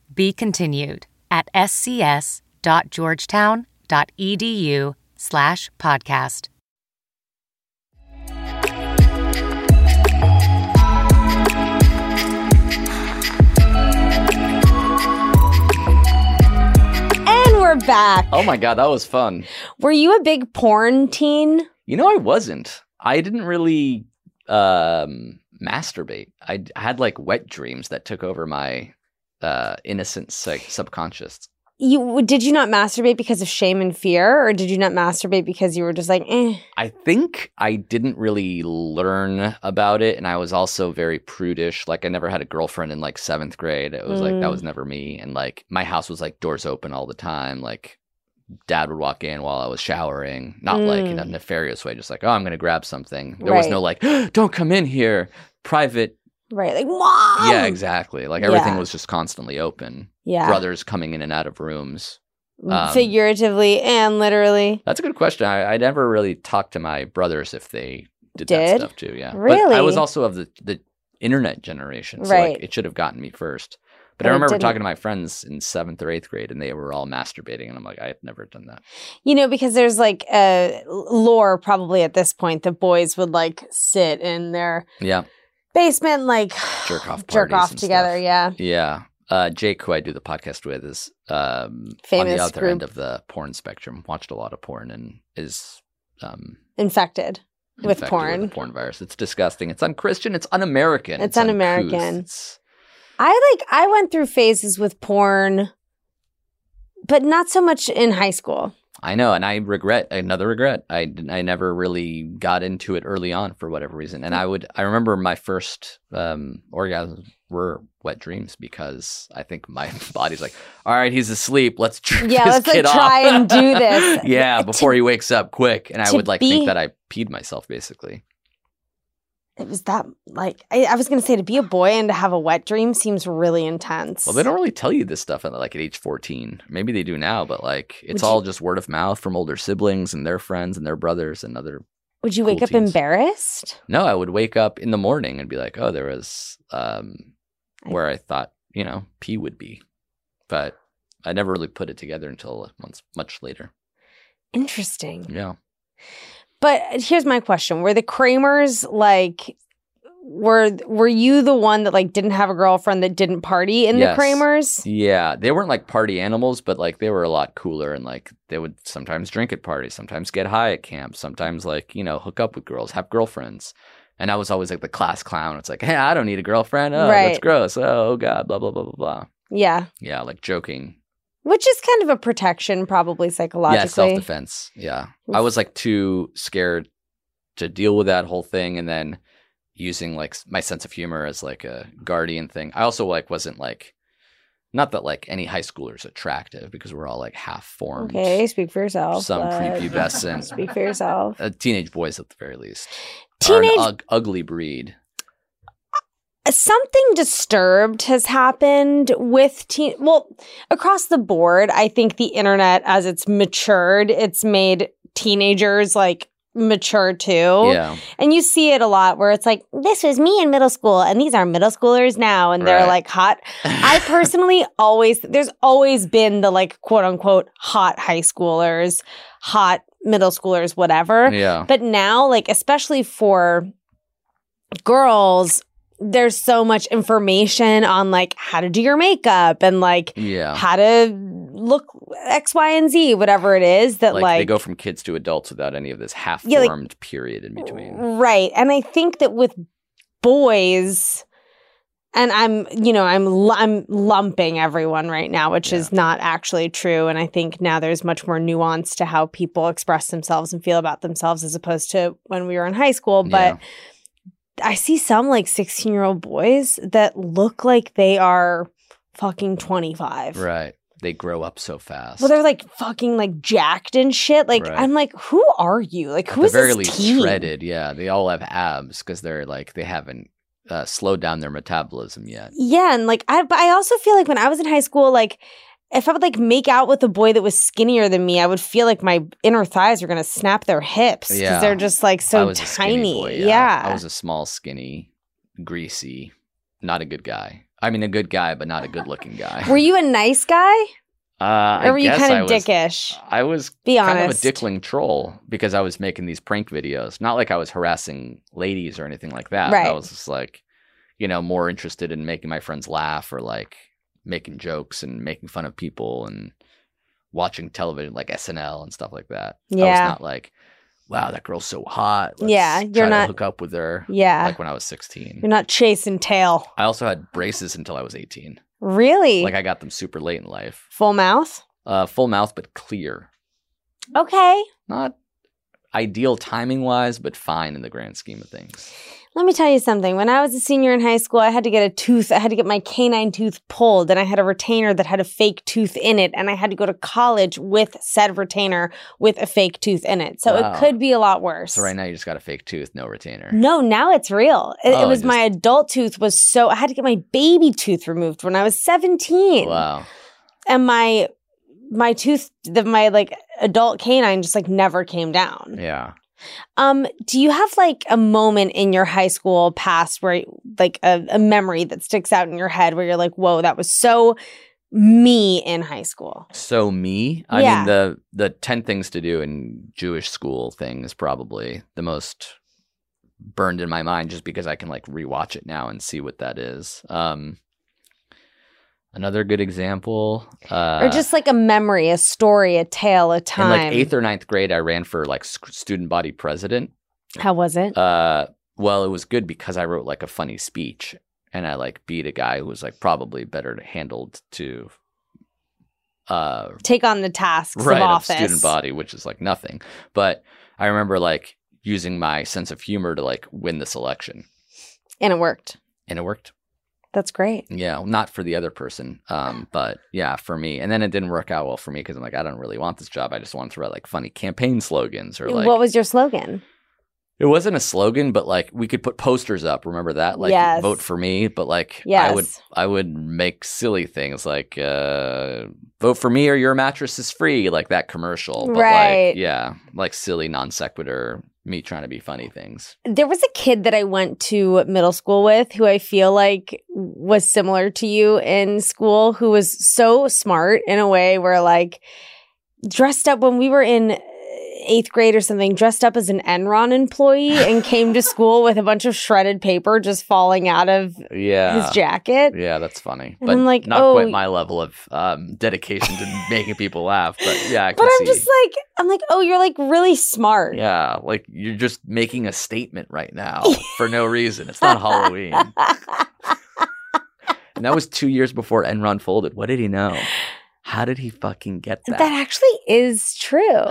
E: Be continued at scs.georgetown.edu E slash podcast.
B: And we're back.
C: Oh my god, that was fun.
B: Were you a big porn teen?
C: You know, I wasn't. I didn't really um, masturbate. I d- had like wet dreams that took over my uh, innocent psych- subconscious.
B: You did you not masturbate because of shame and fear, or did you not masturbate because you were just like, eh?
C: I think I didn't really learn about it, and I was also very prudish. Like I never had a girlfriend in like seventh grade. It was like that
B: Mm.
C: was never me, and like my house was like doors open all the time. Like dad would walk in while I was showering, not like in a
B: Mm.
C: nefarious way, just like oh I'm gonna grab something. There was
B: Right.
C: no like don't come in here, private.
B: Right, like mom.
C: yeah, exactly. Like everything
B: Oh! yeah.
C: was just constantly open.
B: Yeah,
C: Brothers coming in and out of rooms. um,
B: figuratively and literally.
C: That's a good question. I, I never really talked to my brothers if they did, that
B: Did?
C: stuff too. Yeah, But I
B: Really?
C: was also of the the internet generation, so
B: Right.
C: like it should have gotten me first. But
B: But
C: I
B: it
C: remember
B: didn't.
C: talking to my friends in seventh or eighth grade, and they were all masturbating, and I'm like, I've never done that.
B: You know, because there's like a lore probably at this point that boys would like sit in their
C: Yeah,
B: basement, and, like
C: Jerk off
B: jerk
C: parties
B: off
C: and
B: together.
C: stuff.
B: Yeah,
C: yeah. Uh, Jake, who I do the podcast with, is um, on the
B: Famous
C: other
B: group.
C: end of the porn spectrum. Watched a lot of porn and is um,
B: infected. With
C: infected
B: porn.
C: the porn virus. It's disgusting. It's unchristian. It's un-American.
B: It's
C: uncouth.
B: un-American.
C: It's-
B: I like I went through phases with porn, but not so much in high school.
C: I know, and I regret another regret. I didn't- I never really got into it early on for whatever reason,
B: Hmm.
C: and I would I remember my first um, orgasms were wet dreams because I think my body's like, all right, he's asleep. Let's tr-
B: Yeah,
C: this
B: let's, like,
C: kid off."
B: try and do this.
C: yeah, before he wakes up quick, and I
B: to
C: would like
B: be-
C: think that I peed myself basically.
B: It was that like I, I was gonna say to be a boy and to have a wet dream seems really intense.
C: Well, they don't really tell you this stuff at like at age fourteen. Maybe they do now, but like it's
B: Would you-
C: all just word of mouth from older siblings and their friends and their brothers and other
B: Would you
C: cool
B: wake up
C: teens.
B: embarrassed?
C: No, I would wake up in the morning and be like, oh, there was um, where I thought, you know, pee would be. But I never really put it together until once much later.
B: Interesting.
C: Yeah.
B: But here's my question: Were the Kramers like? Were were you the one that like didn't have a girlfriend that didn't party in
C: Yes.
B: the Kramers?
C: Yeah. They weren't like party animals, but like they were a lot cooler and like they would sometimes drink at parties, sometimes get high at camp, sometimes like, you know, hook up with girls, have girlfriends. And I was always like the class clown. It's like, hey, I don't need a girlfriend. Oh, that's
B: Right.
C: gross. Oh, God, blah, blah, blah, blah, blah.
B: Yeah,
C: Yeah. Like joking
B: which is kind of a protection, probably
C: Yeah, self
B: psychologically.
C: defense. Yeah.
B: Oof.
C: I was like too scared to deal with that whole thing and then using like s- my sense of humor as like a guardian thing. I also like wasn't like not that like any high schooler's attractive because we're all like half formed.
B: okay, speak for yourself.
C: Some
B: but
C: prepubescent
B: Speak for yourself.
C: uh, teenage boys at the very least. are an
B: Teenage
C: ug- ugly breed.
B: something disturbed has happened with teen well across the board i think the internet as it's matured it's made teenagers like mature too
C: Yeah.
B: and you see it a lot where it's like this was me in middle school and these are middle schoolers now and
C: Right.
B: they're like hot i personally always there's always been the like quote unquote hot high schoolers hot middle schoolers whatever
C: yeah.
B: but now, like, especially for girls, there's so much information on like how to do your makeup and like
C: Yeah.
B: how to look X, Y, and Z, whatever it is that
C: Like,
B: like
C: they go from kids to adults without any of this half formed
B: Yeah, like-
C: period in between.
B: Right. And I think that with boys and I'm, you know, I'm lu- I'm lumping everyone right now, which is not actually true and I think now there's much more nuance to how people express themselves and feel about themselves as opposed to when we were in high school, but I see some like 16-year-old boys that look like they are fucking 25.
C: Right. They grow up so fast.
B: Well, they're like fucking like jacked and shit. Like
C: Right.
B: I'm like, who are you? Like
C: At
B: who is
C: the very
B: this
C: least
B: teen?
C: shredded. Yeah. They all have abs because they're like, they haven't uh, slowed down their metabolism yet.
B: Yeah, and like I but I also feel like when I was in high school, like if I would like make out with a boy that was skinnier than me, I would feel like my inner thighs were gonna snap their hips because
C: Yeah.
B: they're just like
C: I
B: so
C: was a skinny
B: tiny.
C: boy,
B: yeah.
C: I was a small, skinny, greasy, not a good guy. I mean, a good guy, but not a good looking guy.
B: were you a nice guy,
C: Uh, I
B: or were you
C: guess
B: kind
C: I
B: of
C: was-
B: dickish?
C: I was
B: Be
C: kind
B: honest.
C: of a dickling troll because I was making these prank videos. Not like I was harassing ladies or anything like that. I
B: Right.
C: was just like, you know, more interested in making my friends laugh or like making jokes and making fun of people and watching television like SNL and stuff like that. I was
B: Yeah.
C: not like, wow, that girl's so hot. Let's
B: Yeah, you're
C: try to
B: not-
C: hook up with her.
B: Yeah,
C: Like when I was 16.
B: you're not chasing tail,
C: I also had braces until I was 18.
B: really.
C: Like I got them super late in life.
B: Full mouth.
C: Uh, full mouth, but clear.
B: Okay,
C: not ideal timing wise, but fine in the grand scheme of things.
B: let me tell you something. When I was a senior in high school, I had to get a tooth. I had to get my canine tooth pulled, and I had a retainer that had a fake tooth in it, and I had to go to college with said retainer with a fake tooth in it. So
C: Wow.
B: it could be a lot worse.
C: So right now you just got a fake tooth, no retainer.
B: No, now it's real. It, it
C: Oh, it
B: was my adult tooth was so I had to get my baby tooth removed when I was 17.
C: Wow.
B: And my my tooth the, my like adult canine just like never came down.
C: Yeah.
B: Um, do you have like a moment in your high school past where like a, a memory that sticks out in your head where you're like, whoa, that was so me in high school?
C: So me, I
B: Yeah.
C: mean the the ten things to do in Jewish school thing is probably the most burned in my mind just because I can like rewatch it now and see what that is. Um another good example. Uh
B: or just like a memory, a story, a tale, a time.
C: in like eighth or ninth grade I ran for like sc- student body president
B: How was it?
C: Uh, well, it was good because I wrote like a funny speech and I like beat a guy who was like probably better handled to uh
B: Take on the tasks
C: right
B: of
C: of
B: office.
C: student body, which is like nothing. But I remember like using my sense of humor to like win this election,
B: And it worked.
C: and it worked.
B: That's great.
C: Yeah, not for the other person, um, but yeah, for me. And then it didn't work out well for me because I'm like, I don't really want this job. I just wanted to write like funny campaign slogans or like
B: what was your slogan?
C: It wasn't a slogan, but like we could put posters up. Remember that? Like
B: Yes.
C: vote for me. But like I would
B: Yes.
C: I would make silly things like uh vote for me or your mattress is free, like that commercial. But
B: Right.
C: like yeah, like silly non sequitur, me trying to be funny things.
B: There was a kid that I went to middle school with who I feel like was similar to you in school, who was so smart in a way where, like, dressed up when we were in uh, eighth grade or something, dressed up as an Enron employee and came to school with a bunch of shredded paper just falling out of
C: Yeah.
B: his jacket.
C: yeah, that's funny.
B: And
C: But
B: I'm like,
C: not
B: oh,
C: quite
B: y-
C: my level of um, dedication to making people laugh. But yeah, I can
B: But I'm
C: see.
B: just like, I'm like, oh, you're like really smart.
C: yeah, like you're just making a statement right now for no reason. It's not Halloween. And that was two years before Enron folded. What did he know? How did he fucking get
B: that
C: that?
B: actually is true.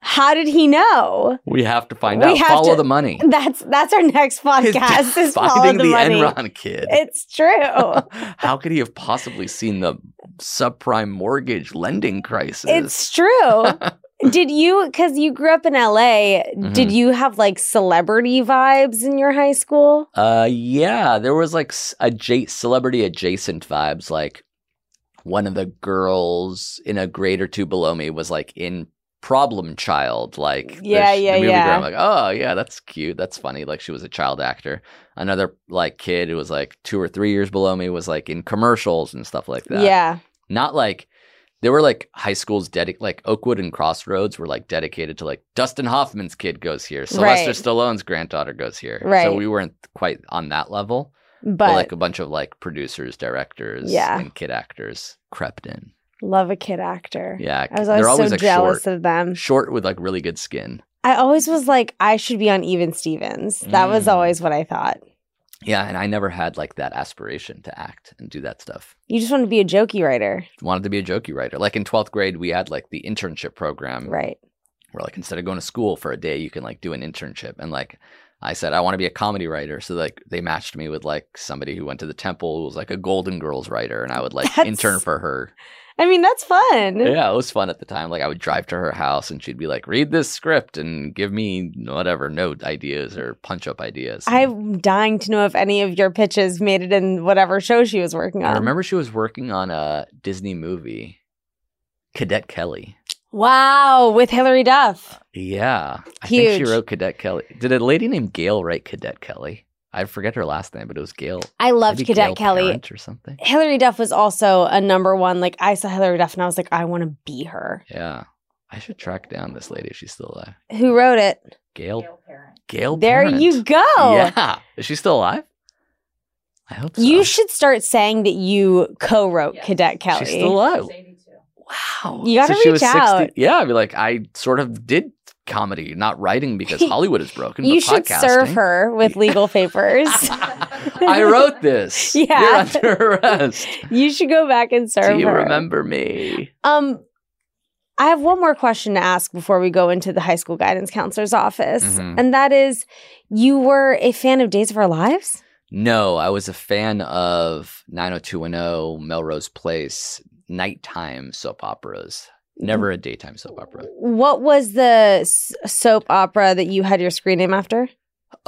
B: How did he know?
C: we have to find
B: We
C: out.
B: have
C: Follow
B: to-
C: the money.
B: That's that's our next podcast. Is follow
C: finding
B: the,
C: the,
B: money.
C: Enron kid.
B: It's true.
C: How could he have possibly seen the subprime mortgage lending crisis?
B: it's true. Did you? Because you grew up in LA. Did
C: Mhm.
B: you have like celebrity vibes in your high school?
C: Uh, yeah, there was like s- adja- celebrity adjacent vibes. Like one of the girls in a grade or two below me was like in Problem Child. Like the
B: Yeah,
C: sh- the
B: yeah,
C: movie girl.
B: yeah.
C: I'm like, oh yeah, that's cute. That's funny. Like she was a child actor. Another like kid who was like two or three years below me was like in commercials and stuff like that.
B: Yeah.
C: not like There were like high schools dedicated, like Oakwood and Crossroads were like dedicated to like Dustin Hoffman's kid goes here, Sylvester
B: Right.
C: Stallone's granddaughter goes here.
B: Right.
C: So we weren't quite on that level,
B: But,
C: but, like a bunch of like producers, directors,
B: Yeah.
C: and kid actors crept in.
B: love a kid actor.
C: Yeah,
B: I was always,
C: they're always
B: so
C: like
B: jealous
C: short,
B: of them.
C: short with like really good skin.
B: I always was like, I should be on Even Stevens. That was
C: Mm.
B: always what I thought.
C: Yeah, and I never had like that aspiration to act and do that stuff.
B: You just want to be a jokey writer,
C: wanted to be a jokey writer. Like in 12th grade, we had like the internship program
B: right?
C: where like instead of going to school for a day, you can like do an internship. And like I said, I want to be a comedy writer. So like they matched me with like somebody who went to the temple who was like a Golden Girls writer and I would like
B: That's-
C: intern for her.
B: I mean, that's fun.
C: Yeah, it was fun at the time. Like I would drive to her house and she'd be like, read this script and give me whatever note ideas or punch up ideas. And
B: I'm dying to know if any of your pitches made it in whatever show she was working on.
C: I remember she was working on a Disney movie, Cadet Kelly.
B: Wow, with Hilary Duff.
C: Yeah. I think she
B: Huge.
C: wrote Cadet Kelly. Did a lady named Gail write Cadet Kelly? I forget her last name, but it was Gail.
B: I loved
C: maybe
B: Cadet
C: Gail
B: Kelly.
C: Parent or something.
B: Hilary Duff was also a number one. Like I saw Hilary Duff and I was like, I want to be her.
C: Yeah. I should track down this lady if she's still alive.
B: Who wrote it?
C: Gail
D: Male parent.
C: Gail
B: There
C: Parent.
B: you go.
C: Yeah. Is she still alive? I hope so.
B: You should start saying that you co-wrote
D: Yes.
B: Cadet Kelly.
C: She's still alive.
D: She's 82.
C: Wow.
B: You gotta
C: so she
B: reach
C: was
B: out.
C: Yeah, I'd be like, I sort of did comedy, not writing because Hollywood is broken.
B: you
C: but
B: should serve
C: podcasting.
B: her with legal papers.
C: I wrote this.
B: Yeah.
C: You're under arrest.
B: you should go back and serve
C: Do you
B: her.
C: remember me?
B: Um, I have one more question to ask before we go into the high school guidance counselor's office,
C: Mhm.
B: and that is, you were a fan of Days of Our Lives.
C: No, I was a fan of 90210, Melrose Place, nighttime soap operas.
B: Mm-hmm.
C: Never a daytime soap opera.
B: What was the s- soap opera that you had your screen name after?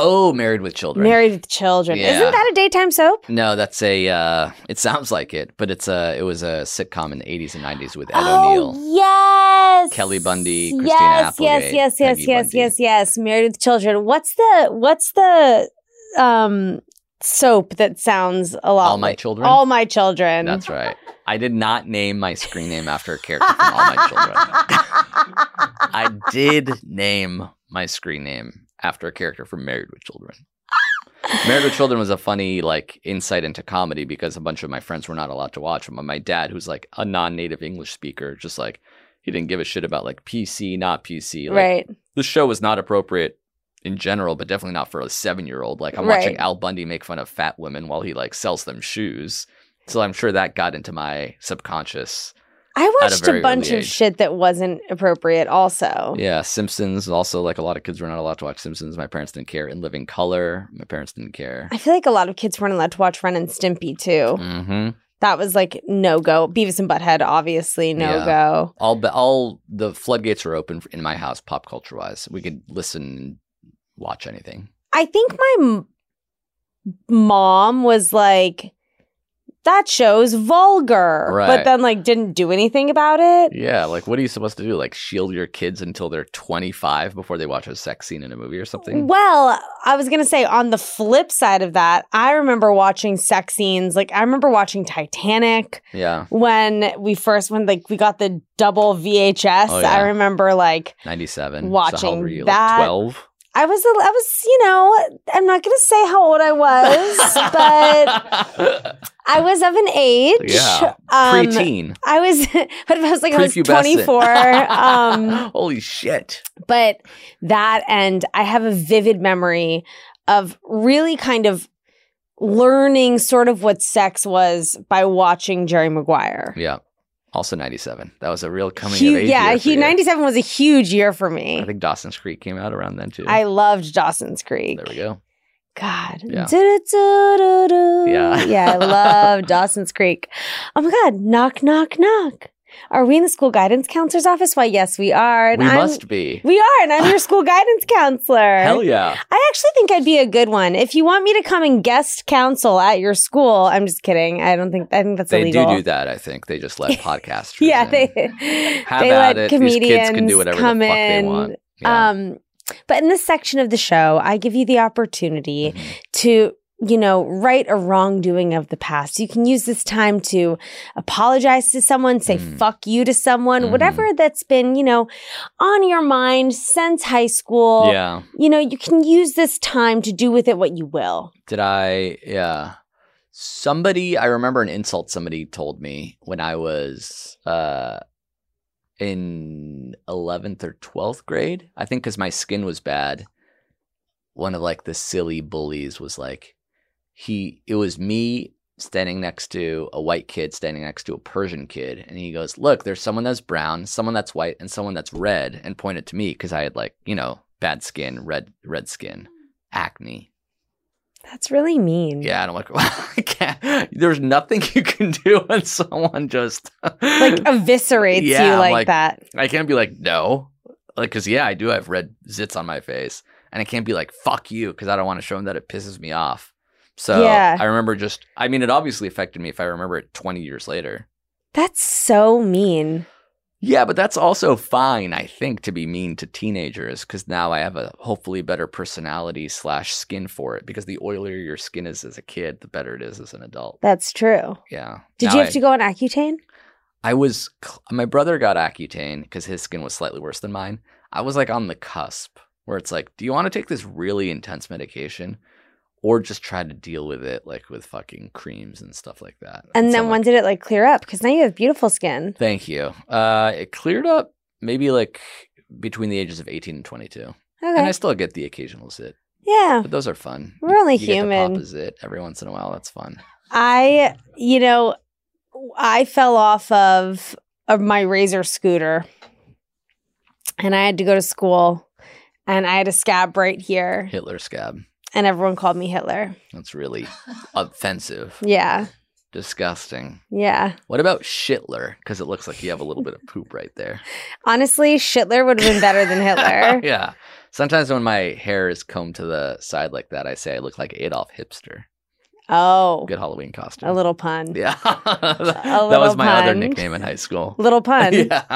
C: Oh, Married with Children.
B: Married with Children.
C: Yeah.
B: Isn't that a daytime soap?
C: No, that's a. Uh, it sounds like it, but it's a. It was a sitcom in the 80s and 90s with Ed
B: oh
C: O'Neill.
B: yes,
C: Kelly Bundy, Christina
B: Yes,
C: Applegate,
B: yes, yes, yes,
C: Peggy
B: yes,
C: Bundy.
B: yes, yes. Married with Children. What's the what's the um soap that sounds a lot
C: All My
B: like-
C: Children?
B: All my children.
C: That's right. I did not name my screen name after a character from All My Children. I did name my screen name after a character from Married with Children. Married with Children was a funny like insight into comedy because a bunch of my friends were not allowed to watch them. But my dad, who's like a non-native English speaker, just like he didn't give a shit about like PC, not PC. Like,
B: right.
C: The show was not appropriate in general, but definitely not for a seven-year-old. Like I'm watching
B: Right.
C: Al Bundy make fun of fat women while he like sells them shoes. So I'm sure that got into my subconscious.
B: I
C: a
B: watched a,
C: very
B: bunch
C: early
B: of
C: age.
B: shit that wasn't appropriate also.
C: Yeah, Simpsons. Also, like a lot of kids were not allowed to watch Simpsons. My parents didn't care. In Living Color, my parents didn't care.
B: I feel like a lot of kids weren't allowed to watch Ren and Stimpy too.
C: hmm
B: That was like no go. Beavis and Butthead, obviously no
C: Yeah.
B: go.
C: All, but all the floodgates were open in my house, pop culture wise. We could listen and watch anything.
B: I think my m- mom was like, that show's vulgar, but
C: Right.
B: then like didn't do anything about it.
C: Yeah, like what are you supposed to do? Like shield your kids until they're 25 before they watch a sex scene in a movie or something?
B: Well, I was gonna say on the flip side of that, I remember watching sex scenes. Like I remember watching Titanic
C: Yeah,
B: when we first when like we got the double VHS.
C: Oh, yeah.
B: I remember like
C: 97. so how
B: Watching
C: old were you?
B: that.
C: Like 12?
B: I was a, I was you know I'm not gonna say how old I was, but I was of an age.
C: Yeah.
B: um,
C: preteen,
B: I was what if I was like I was
C: prepubescent.
B: 24 um
C: Holy shit!
B: but that and I have a vivid memory of really kind of learning sort of what sex was by watching Jerry Maguire.
C: Yeah. Also 97. That was a real coming
B: Hu-
C: of age.
B: yeah,
C: year for
B: hu-
C: you.
B: 97 was a huge year for
C: I
B: me.
C: think Dawson's Creek came out around then too.
B: I loved Dawson's Creek.
C: there we go.
B: God.
C: Yeah.
B: Do-do-do-do-do.
C: Yeah.
B: yeah, I love Dawson's Creek. Oh my God. Knock, knock, knock. Are we in the school guidance counselor's office? Why, yes, we are. And
C: we
B: I'm-
C: must be.
B: We are, and I'm your school guidance counselor.
C: Hell yeah.
B: I actually think I'd be a good one. If you want me to come and guest counsel at your school, I'm just kidding. I don't think I think that's
C: They
B: illegal.
C: do do that, I think. They just let podcasters.
B: Yeah,
C: in.
B: they
C: Have
B: they
C: at
B: let
C: it.
B: comedians
C: These kids can do whatever
B: come
C: the fuck
B: in.
C: they want. Yeah.
B: Um, but in this section of the show, I give you the opportunity to you know, right or wrongdoing of the past. You can use this time to apologize to someone, say
C: Mm.
B: fuck you to someone, whatever that's been, you know, on your mind since high school.
C: yeah.
B: You know, you can use this time to do with it what you will.
C: Did I? Yeah. Somebody, I remember an insult somebody told me when I was uh, in 11th or 12th grade. I think because my skin was bad. One of like the silly bullies was like, he, it was me standing next to a white kid standing next to a Persian kid. And he goes, Look, there's someone that's brown, someone that's white, and someone that's red. And pointed to me because I had like, you know, bad skin, red, red skin, acne.
B: That's really mean.
C: Yeah, and I'm like, I can't. There's nothing you can do when someone just
B: Like um, eviscerates
C: Yeah,
B: you like,
C: like-
B: that.
C: I can't be like no, like because yeah, I do have red zits on my face, and I can't be like fuck you because I don't want to show them that it pisses me off. So
B: Yeah.
C: I remember just, I mean, it obviously affected me if I remember it 20 years later.
B: That's so mean.
C: Yeah, but that's also fine, I think, to be mean to teenagers because now I have a hopefully better personality slash skin for it. Because the oilier your skin is as a kid, the better it is as an adult.
B: That's true.
C: Yeah.
B: Did
C: Now
B: you have
C: I-
B: to go on Accutane?
C: I was cl- my brother got Accutane because his skin was slightly worse than mine. I was like on the cusp where it's like, do you want to take this really intense medication, or just try to deal with it like with fucking creams and stuff like that?
B: And then
C: someone-
B: when did it like clear up? Because now you have beautiful skin.
C: thank you. Uh, it cleared up maybe like between the ages of eighteen and twenty-two, and
B: Okay.
C: I still get the occasional zit,
B: yeah.
C: but those are fun.
B: We're only
C: You get to pop
B: human.
C: a zit every once in a while. That's fun.
B: I, you know, I fell off of, of my Razor scooter and I had to go to school and I had a scab right here
C: Hitler scab.
B: and everyone called me Hitler.
C: That's really offensive.
B: Yeah.
C: Disgusting.
B: Yeah.
C: What about Shitler? Because it looks like you have a little bit of poop right there.
B: Honestly, Schittler would have been better than Hitler.
C: yeah. Sometimes when my hair is combed to the side like that, I say I look like Adolf Hipster.
B: Oh,
C: Good Halloween costume.
B: a little pun.
C: yeah. that,
B: little
C: was my other
B: pun.
C: nickname in high school.
B: Little pun.
C: yeah.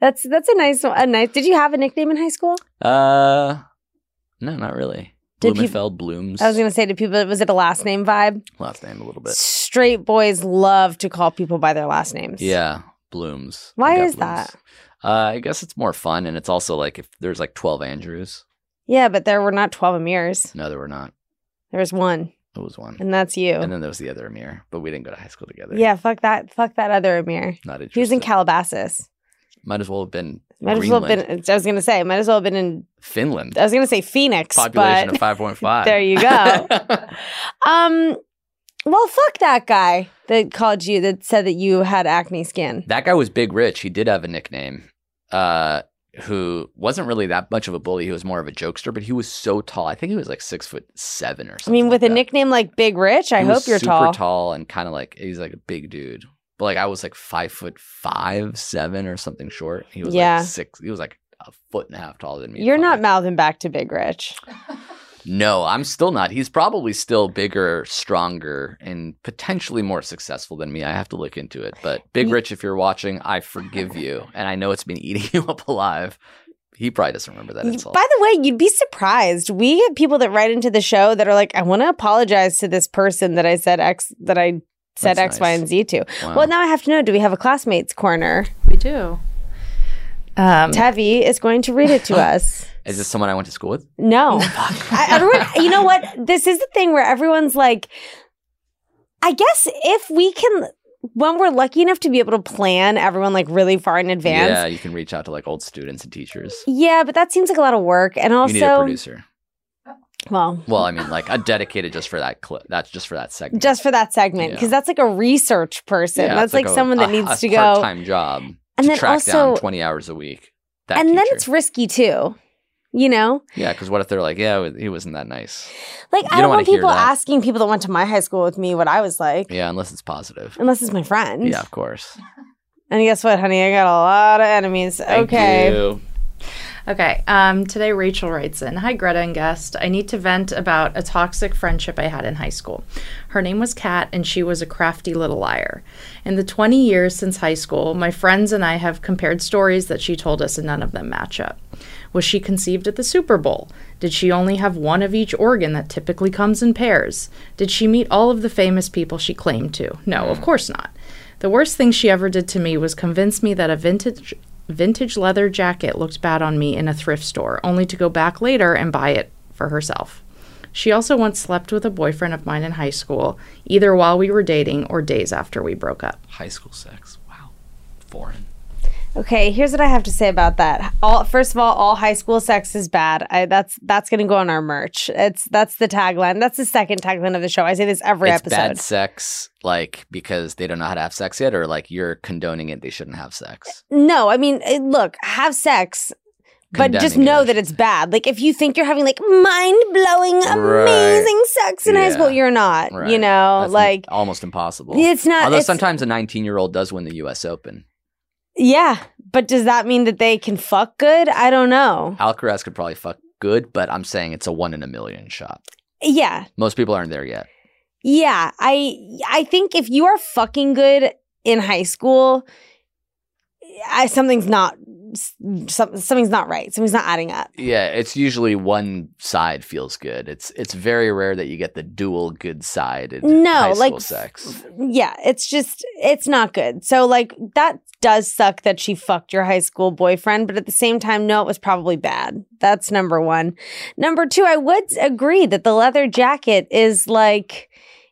B: That's that's a nice one. A nice. Did you have a nickname in high school?
C: Uh, no, not really.
B: Did peop-
C: Blumenfeld Blooms.
B: I was gonna say to people, was it a last name vibe?
C: Last name a little bit.
B: Straight boys love to call people by their last names.
C: Yeah. Blooms. I
B: Why
C: got
B: is that?
C: Uh, I guess it's more fun. And it's also like if there's like 12 Andrews.
B: Yeah, but there were not 12 Amirs.
C: No, there were not.
B: There was one,
C: It was one.
B: and that's you.
C: And then there was the other Amir, but we didn't go to high school together.
B: yeah, fuck that. Fuck that other Amir.
C: Not interested.
B: He was in Calabasas.
C: Might as well have been
B: Might
C: Greenland.
B: as well have been. uh, I was gonna say. Might as well have been in.
C: Finland.
B: I was gonna say Phoenix.
C: Population
B: but
C: of 5.5.
B: There you go. um, well, fuck that guy that called you that said that you had acne skin.
C: that guy was Big Rich. He did have a nickname uh, who wasn't really that much of a bully. He was more of a jokester, but he was so tall. I think he was like six foot seven or
B: I
C: something.
B: mean, with
C: like
B: a
C: that.
B: nickname like Big Rich, I
C: He was
B: hope you're
C: super
B: tall.
C: and kind of like, he's like a big dude. But like I was like five foot five, seven or something short. He was
B: Yeah.
C: like six. He was like a foot and a half taller than me.
B: You're not
C: Fucking-
B: mouthing back to Big Rich.
C: No, I'm still not. He's probably still bigger, stronger, and potentially more successful than me. I have to look into it. But Big
B: Ye-
C: Rich, if you're watching, I forgive you. And I know it's been eating you up alive. He probably doesn't remember that
B: You-
C: insult.
B: By the way, you'd be surprised. We get people that write into the show that are like, I want to apologize to this person that I said X that I said
C: That's
B: X, Y,
C: nice.
B: and Z to.
C: Wow.
B: Well, now I have to know, do we have a classmates corner?
F: We do. Um,
B: Tevi is going to read it to us.
C: Is this someone I went to school with?
B: No. I, everyone, you know what? This is the thing where everyone's like, I guess if we can, when we're lucky enough to be able to plan everyone like really far in advance.
C: Yeah, you can reach out to like old students and teachers.
B: Yeah, but that seems like a lot of work. And also,
C: you need a producer.
B: well,
C: Well, I mean, like a dedicated just for that clip. That's just for that segment.
B: just for that segment, because
C: Yeah.
B: that's like a research person.
C: Yeah,
B: that's
C: it's
B: like,
C: a-
B: someone that
C: a-
B: needs
C: a
B: to go.
C: part-time job
B: And
C: to
B: then
C: track down
B: also-
C: 20 hours a week. That
B: And then
C: teacher.
B: it's risky too, you know?
C: yeah, because what if they're like, yeah, he wasn't that nice?
B: Like,
C: You
B: I
C: don't
B: don't
C: wanna
B: want
C: hear
B: people
C: that.
B: asking people that went to my high school with me what I was like,
C: Yeah, unless it's positive.
B: unless it's my friend.
C: Yeah, of course.
B: And guess what, honey? I got a lot of enemies. okay.
F: Okay. Um, today, Rachel writes in Hi, Greta and guest. I need to vent about a toxic friendship I had in high school. Her name was Kat, and she was a crafty little liar. In the 20 years since high school, my friends and I have compared stories that she told us, and none of them match up. Was she conceived at the Super Bowl? Did she only have one of each organ that typically comes in pairs? Did she meet all of the famous people she claimed to? No, of course not. The worst thing she ever did to me was convince me that a vintage vintage leather jacket looked bad on me in a thrift store, only to go back later and buy it for herself. She also once slept with a boyfriend of mine in high school, either while we were dating or days after we broke up.
C: High school sex. Wow. Foreign.
B: Okay, here's what I have to say about that. All first of all, all high school sex is bad. I, that's that's going to go on our merch. It's that's the tagline. That's the second tagline of the show. I say this every
C: it's
B: episode.
C: bad sex, like because they don't know how to have sex yet, or like you're condoning it. They shouldn't have sex.
B: No, I mean, it, look, have sex, but just
C: Condemning it, I
B: know that
C: should
B: it's
C: say.
B: bad. Like if you think you're having like mind blowing,
C: Right.
B: amazing sex in high
C: Yeah.
B: school, you're not.
C: Right.
B: You know,
C: That's
B: like
C: m- almost impossible.
B: it's not.
C: Although
B: it's-
C: sometimes a 19 year old does win the U.S. Open.
B: yeah, but does that mean that they can fuck good? I don't know.
C: Alcaraz could probably fuck good, but I'm saying it's a one in a million shot.
B: Yeah,
C: Most people aren't there yet.
B: Yeah, I I think if you are fucking good in high school, I, something's not some, something's not right. Something's not adding up.
C: Yeah, it's usually one side feels good. It's it's very rare that you get the dual good side in
B: No,
C: high school
B: like,
C: sex.
B: Yeah, it's just it's not good. So like that does suck that she fucked your high school boyfriend, but at the same time, no, it was probably bad. That's number one. Number two, I would agree that the leather jacket is like,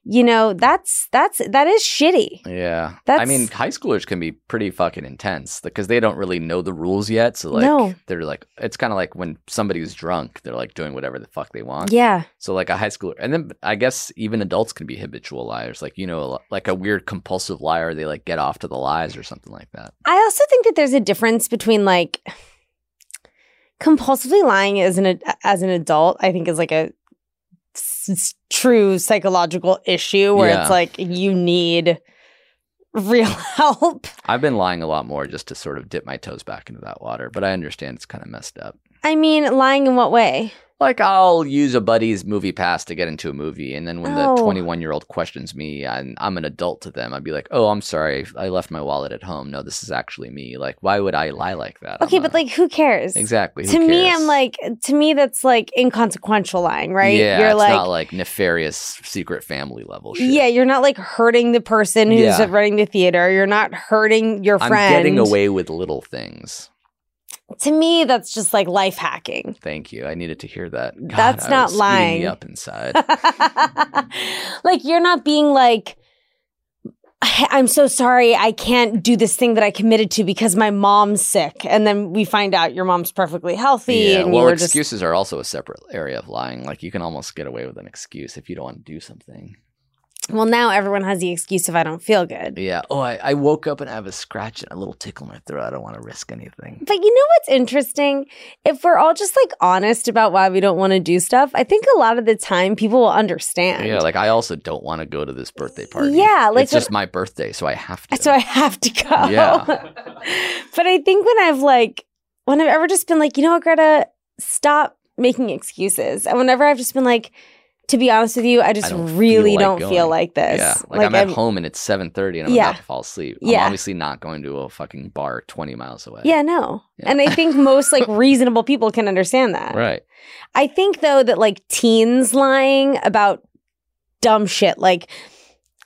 B: you know, that's that's that is shitty.
C: Yeah, I
B: That's-
C: mean, high schoolers can be pretty fucking intense because they don't really know the rules yet. So like,
B: No.
C: they're like, it's kind of like when somebody's drunk, they're like doing whatever the fuck they want.
B: Yeah,
C: So like a high schooler, and then I guess even adults can be habitual liars. Like you know, like a weird compulsive liar, they like get off to the lies or something like that.
B: I also think that there's a difference between like compulsively lying as an as an adult. I think is like a s- s- true psychological issue where
C: Yeah.
B: it's like you need real help.
C: I've been lying a lot more just to sort of dip my toes back into that water, but I understand it's kind of messed up.
B: I mean, lying in what way?
C: Like I'll use a buddy's movie pass to get into a movie, and then when
B: Oh.
C: the twenty-one-year-old questions me, and I'm an adult to them, I'd be like, "Oh, I'm sorry, I left my wallet at home. No, this is actually me. Like, why would I lie like that?" I'm
B: Okay,
C: a-
B: but like, who cares?
C: exactly.
B: To
C: who
B: me,
C: cares?
B: I'm like, to me, that's like inconsequential lying, right?
C: Yeah, it's not like nefarious secret family level shit.
B: yeah, you're not like hurting the person who's
C: Yeah.
B: running the theater. You're not hurting your friend.
C: I'm getting away with little things.
B: To me, that's just like life hacking.
C: Thank you. I needed to hear that. God,
B: That's
C: I
B: not
C: was eating
B: lying.
C: Me up inside.
B: like you're not being like "I- I'm so sorry I can't do this thing that I committed to because my mom's sick and then we find out your mom's perfectly healthy
C: yeah.
B: and
C: Well,
B: you were just
C: excuses are also a separate area of lying. Like you can almost get away with an excuse if you don't want to do something.
B: well now everyone has the excuse if I don't feel good.
C: Yeah. Oh, I, I woke up and I have a scratch and a little tickle in my throat. I don't want to risk anything.
B: But you know what's interesting? If we're all just like honest about why we don't want to do stuff, I think a lot of the time people will understand.
C: Yeah. Like I also don't want to go to this birthday party.
B: Yeah, like
C: it's
B: when-
C: just my birthday, so I have to.
B: So I have to go.
C: Yeah.
B: but I think when I've like, when I've ever just been like, you know what, Greta, stop making excuses. And whenever I've just been like, to be honest with you, I just
C: don't feel
B: really
C: like
B: don't feel
C: going.
B: like this.
C: Yeah, like, I'm at home and it's 7:30 and I'm
B: Yeah.
C: about to fall asleep.
B: Yeah.
C: I'm obviously not going to a fucking bar 20 miles away.
B: Yeah, no.
C: Yeah.
B: And I think most like reasonable people can understand that.
C: Right.
B: I think though that like teens lying about dumb shit like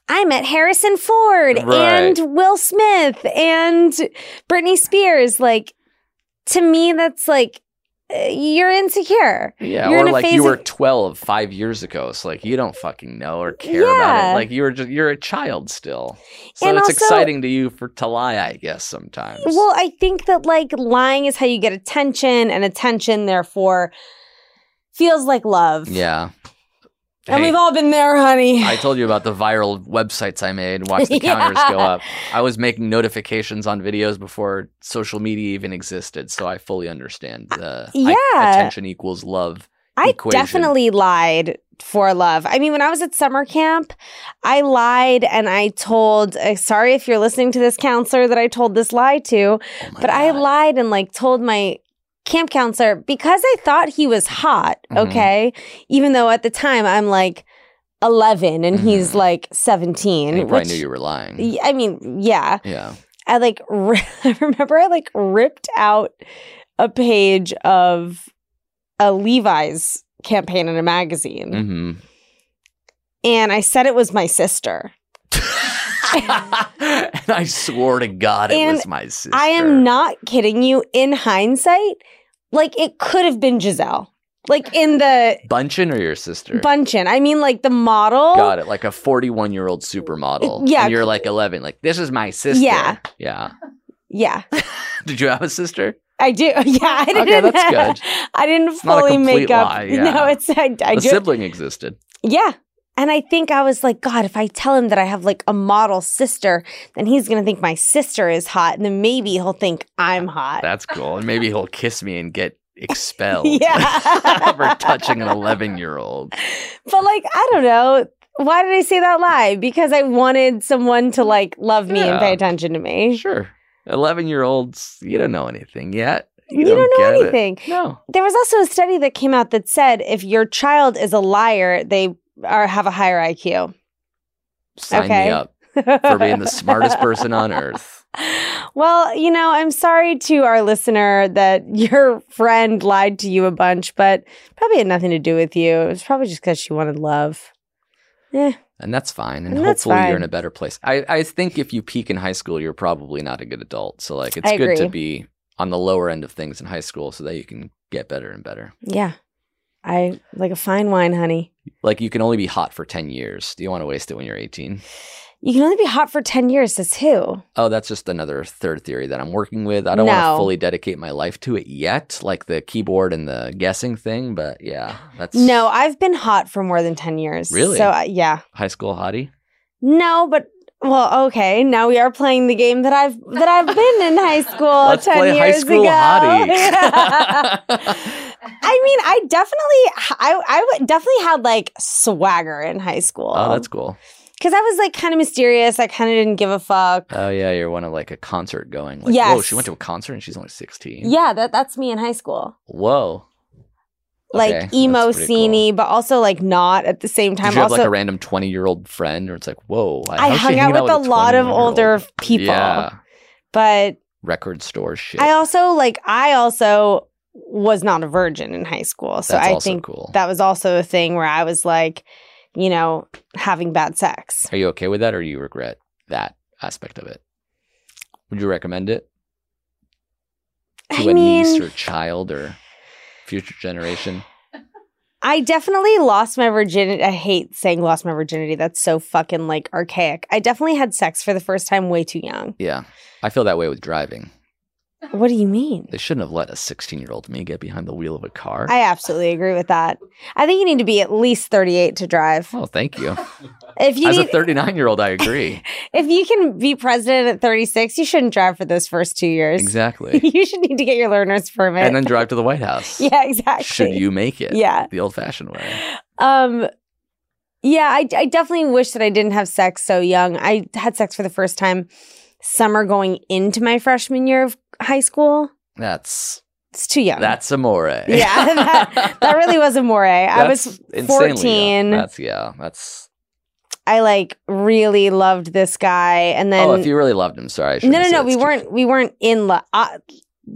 B: I met Harrison Ford
C: Right.
B: and Will Smith and Britney Spears like to me that's like uh, you're insecure.
C: Yeah,
B: You're in
C: or
B: a
C: like
B: phase
C: you were
B: of-
C: 12 five years ago. So like you don't fucking know or care about
B: Yeah.
C: it. Like you were just you're a child still. So
B: And
C: it's
B: also-
C: exciting to you for to lie, I guess sometimes.
B: Well, I think that like lying is how you get attention and attention therefore feels like love.
C: yeah.
B: And
C: Hey,
B: we've all been there, honey.
C: I told you about the viral websites I made. Watch the counters go
B: Yeah.
C: up. I was making notifications on videos before social media even existed, so I fully understand the I-
B: Uh, Yeah.
C: attention equals love.
B: I
C: equation.
B: definitely lied for love. I mean, when I was at summer camp, I lied and I told, uh, sorry if you're listening to this counselor that I told this lie to,
C: Oh my
B: but I
C: God.
B: lied and like told my camp counselor because I thought he was hot,
C: Mhm.
B: okay? Even though at the time I'm like 11 and he's
C: Mhm.
B: like
C: I
B: 17.
C: probably
B: which-
C: knew you were lying.
B: Y- I mean, yeah.
C: yeah.
B: I like, ri- I remember I like ripped out a page of a Levi's campaign in a magazine.
C: hmm
B: And I said it was my sister.
C: and I swore to God it
B: And
C: was my sister.
B: I am not kidding you. In hindsight, like it could have been Giselle. Like in the
C: Bunchin or your sister?
B: Bunchen. I mean, like the model.
C: Got it. Like a 41 year old supermodel.
B: Yeah.
C: And you're like 11. Like, this is my sister.
B: Yeah.
C: Yeah.
B: Yeah,
C: Did you have a sister?
B: I do. Yeah, I didn't.
C: Okay, that's good.
B: I didn't
C: not a
B: fully make
C: complete
B: up.
C: lie, yeah.
B: No, it's I, I
C: a
B: do.
C: sibling existed.
B: Yeah. And I think I was like, God, if I tell him that I have like a model sister, then he's going to think my sister is hot. And then maybe he'll think I'm hot.
C: That's cool. And maybe he'll kiss me and get expelled
B: Yeah.
C: for touching an 11 year old.
B: But like, I don't know. Why did I say that lie? Because I wanted someone to like love me
C: Yeah.
B: and pay attention to me.
C: Sure. 11 year olds, you don't know anything yet. You,
B: You don't know
C: get it.
B: anything.
C: No.
B: There was also a study that came out that said if your child is a liar, they are have a higher IQ.
C: Sign me
B: Okay.
C: up for being the smartest person on earth.
B: Well, you know, I'm sorry to our listener that your friend lied to you a bunch, but probably had nothing to do with you. It was probably just because she wanted love.
C: And that's fine. And,
B: And that's
C: hopefully you're in
B: fine.
C: a better place. I, I think if you peak in high school, you're probably not a good adult. So like it's
B: I
C: good to
B: agree.
C: be on the lower end of things in high school so that you can get better and better.
B: Yeah. I like a fine wine, honey.
C: Like you can only be hot for 10 years. Do you want to waste it when you're 18?
B: You can only be hot for 10 years, says who?
C: Oh, that's just another third theory that I'm working with. I don't want to
B: No.
C: fully dedicate my life to it yet, like the keyboard and the guessing thing, but yeah, that's
B: No, I've been hot for more than 10 years.
C: Really?
B: So, uh, yeah.
C: high school hottie.
B: No, but. Well, okay. Now we are playing the game that I've that I've been in high school
C: Let's
B: ten
C: play
B: years
C: high school
B: ago.
C: Oh, hottie.
B: I mean, I definitely, I, I w- definitely had like swagger in high school.
C: oh, that's cool.
B: because I was like kind of mysterious. I kind of didn't give a fuck.
C: Oh yeah, you're one of like a concert going. Like, whoa,
B: Yes.
C: she went to a concert and she's only 16.
B: Yeah, that that's me in high school.
C: Whoa. Okay,
B: Like emo
C: that's pretty cool.
B: sceney, but also like not at the same time.
C: Did you have
B: also,
C: like a random 20 year old friend or it's like, whoa.
B: I
C: how's she
B: hung out
C: hanging
B: with, a lot of
C: 20-year-old?
B: older people,
C: Yeah.
B: but
C: Record store shit.
B: I also like I also was not a virgin in high school, so
C: That's
B: I
C: also
B: think
C: cool.
B: that was also a thing where I was like, you know, having bad sex.
C: Are you okay with that or do you regret that aspect of it? Would you recommend it to a
B: I mean,
C: niece or child or future generation?
B: I definitely lost my virginity. I hate saying lost my virginity. That's so fucking like archaic. I definitely had sex for the first time way too young.
C: Yeah. I feel that way with driving.
B: What do you mean?
C: They shouldn't have let a 16 year old me get behind the wheel of a car.
B: I absolutely agree with that. I think you need to be at least 38 to drive.
C: Oh, thank you.
B: If you
C: As a
B: need,
C: 39 year old, I agree.
B: if you can be president at 36, you shouldn't drive for those first 2 years.
C: Exactly.
B: you should need to get your learner's permit.
C: And then drive to the White House.
B: yeah, exactly.
C: Should you make it?
B: Yeah.
C: The old fashioned way.
B: Um yeah, I, I definitely wish that I didn't have sex so young. I had sex for the first time summer going into my freshman year of high school.
C: That's
B: It's too young.
C: that's amore.
B: yeah, that, that really was amore. I was
C: That's insanely young.
B: 14.
C: That's yeah. That's
B: I like really loved this guy, and then
C: oh, if you really loved him, sorry. I
B: no,
C: shouldn't
B: no,
C: say
B: no,
C: it's
B: we
C: too-
B: weren't, we weren't in love.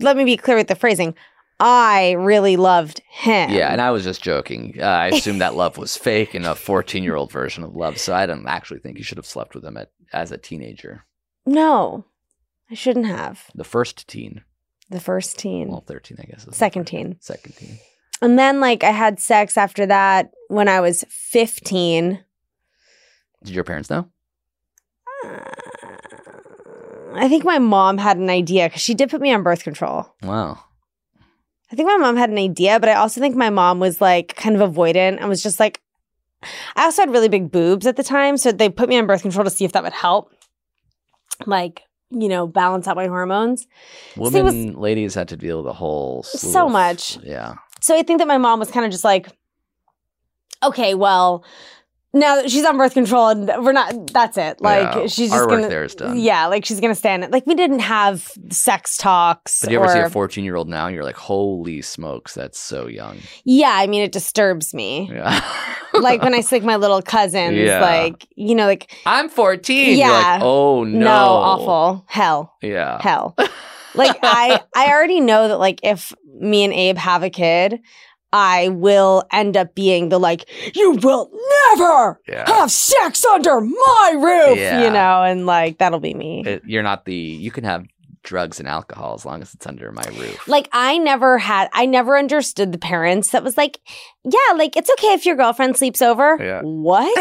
B: let me be clear with the phrasing. I really loved him.
C: Yeah, and I was just joking. Uh, I assumed that love was fake and a 14 year old version of love. So I don't actually think you should have slept with him at, as a teenager,
B: no, I shouldn't have
C: the first teen.
B: the first teen,
C: Well, 13, I guess. is the
B: second
C: first-
B: teen,
C: Second teen.
B: and then like I had sex after that when I was fifteen.
C: Did your parents know?
B: Uh, I think my mom had an idea because she did put me on birth control.
C: Wow.
B: I think my mom had an idea, but I also think my mom was like kind of avoidant and was just like, I also had really big boobs at the time. So they put me on birth control to see if that would help, like, you know, balance out my hormones. it was-
C: Women, ladies had to deal with a whole slew
B: So
C: of-
B: much.
C: Yeah.
B: So I think that my mom was kind of just like, okay, well, now that she's on birth control and we're not, that's it. Like,
C: Yeah,
B: she's
C: our
B: just
C: work
B: going to.
C: there is done.
B: Yeah, like she's gonna stand it. Like we didn't have sex talks.
C: But do you ever see
B: or-
C: a 14 year old now and you're like, holy smokes, that's so young.
B: yeah, I mean it disturbs me.
C: Yeah.
B: like when I see like, my little cousins,
C: Yeah.
B: like you know, like
C: I'm 14. You're
B: Yeah.
C: like, oh no.
B: no, awful hell,
C: Yeah.
B: hell. like I I already know that like if me and Abe have a kid, I will end up being the like you will never
C: Yeah.
B: have sex under my roof,
C: Yeah.
B: you know, and like that'll be me.
C: It- you're not the. You can have drugs and alcohol as long as it's under my roof.
B: like I never had I never understood the parents that was like, yeah, like it's okay if your girlfriend sleeps over.
C: Yeah.
B: What?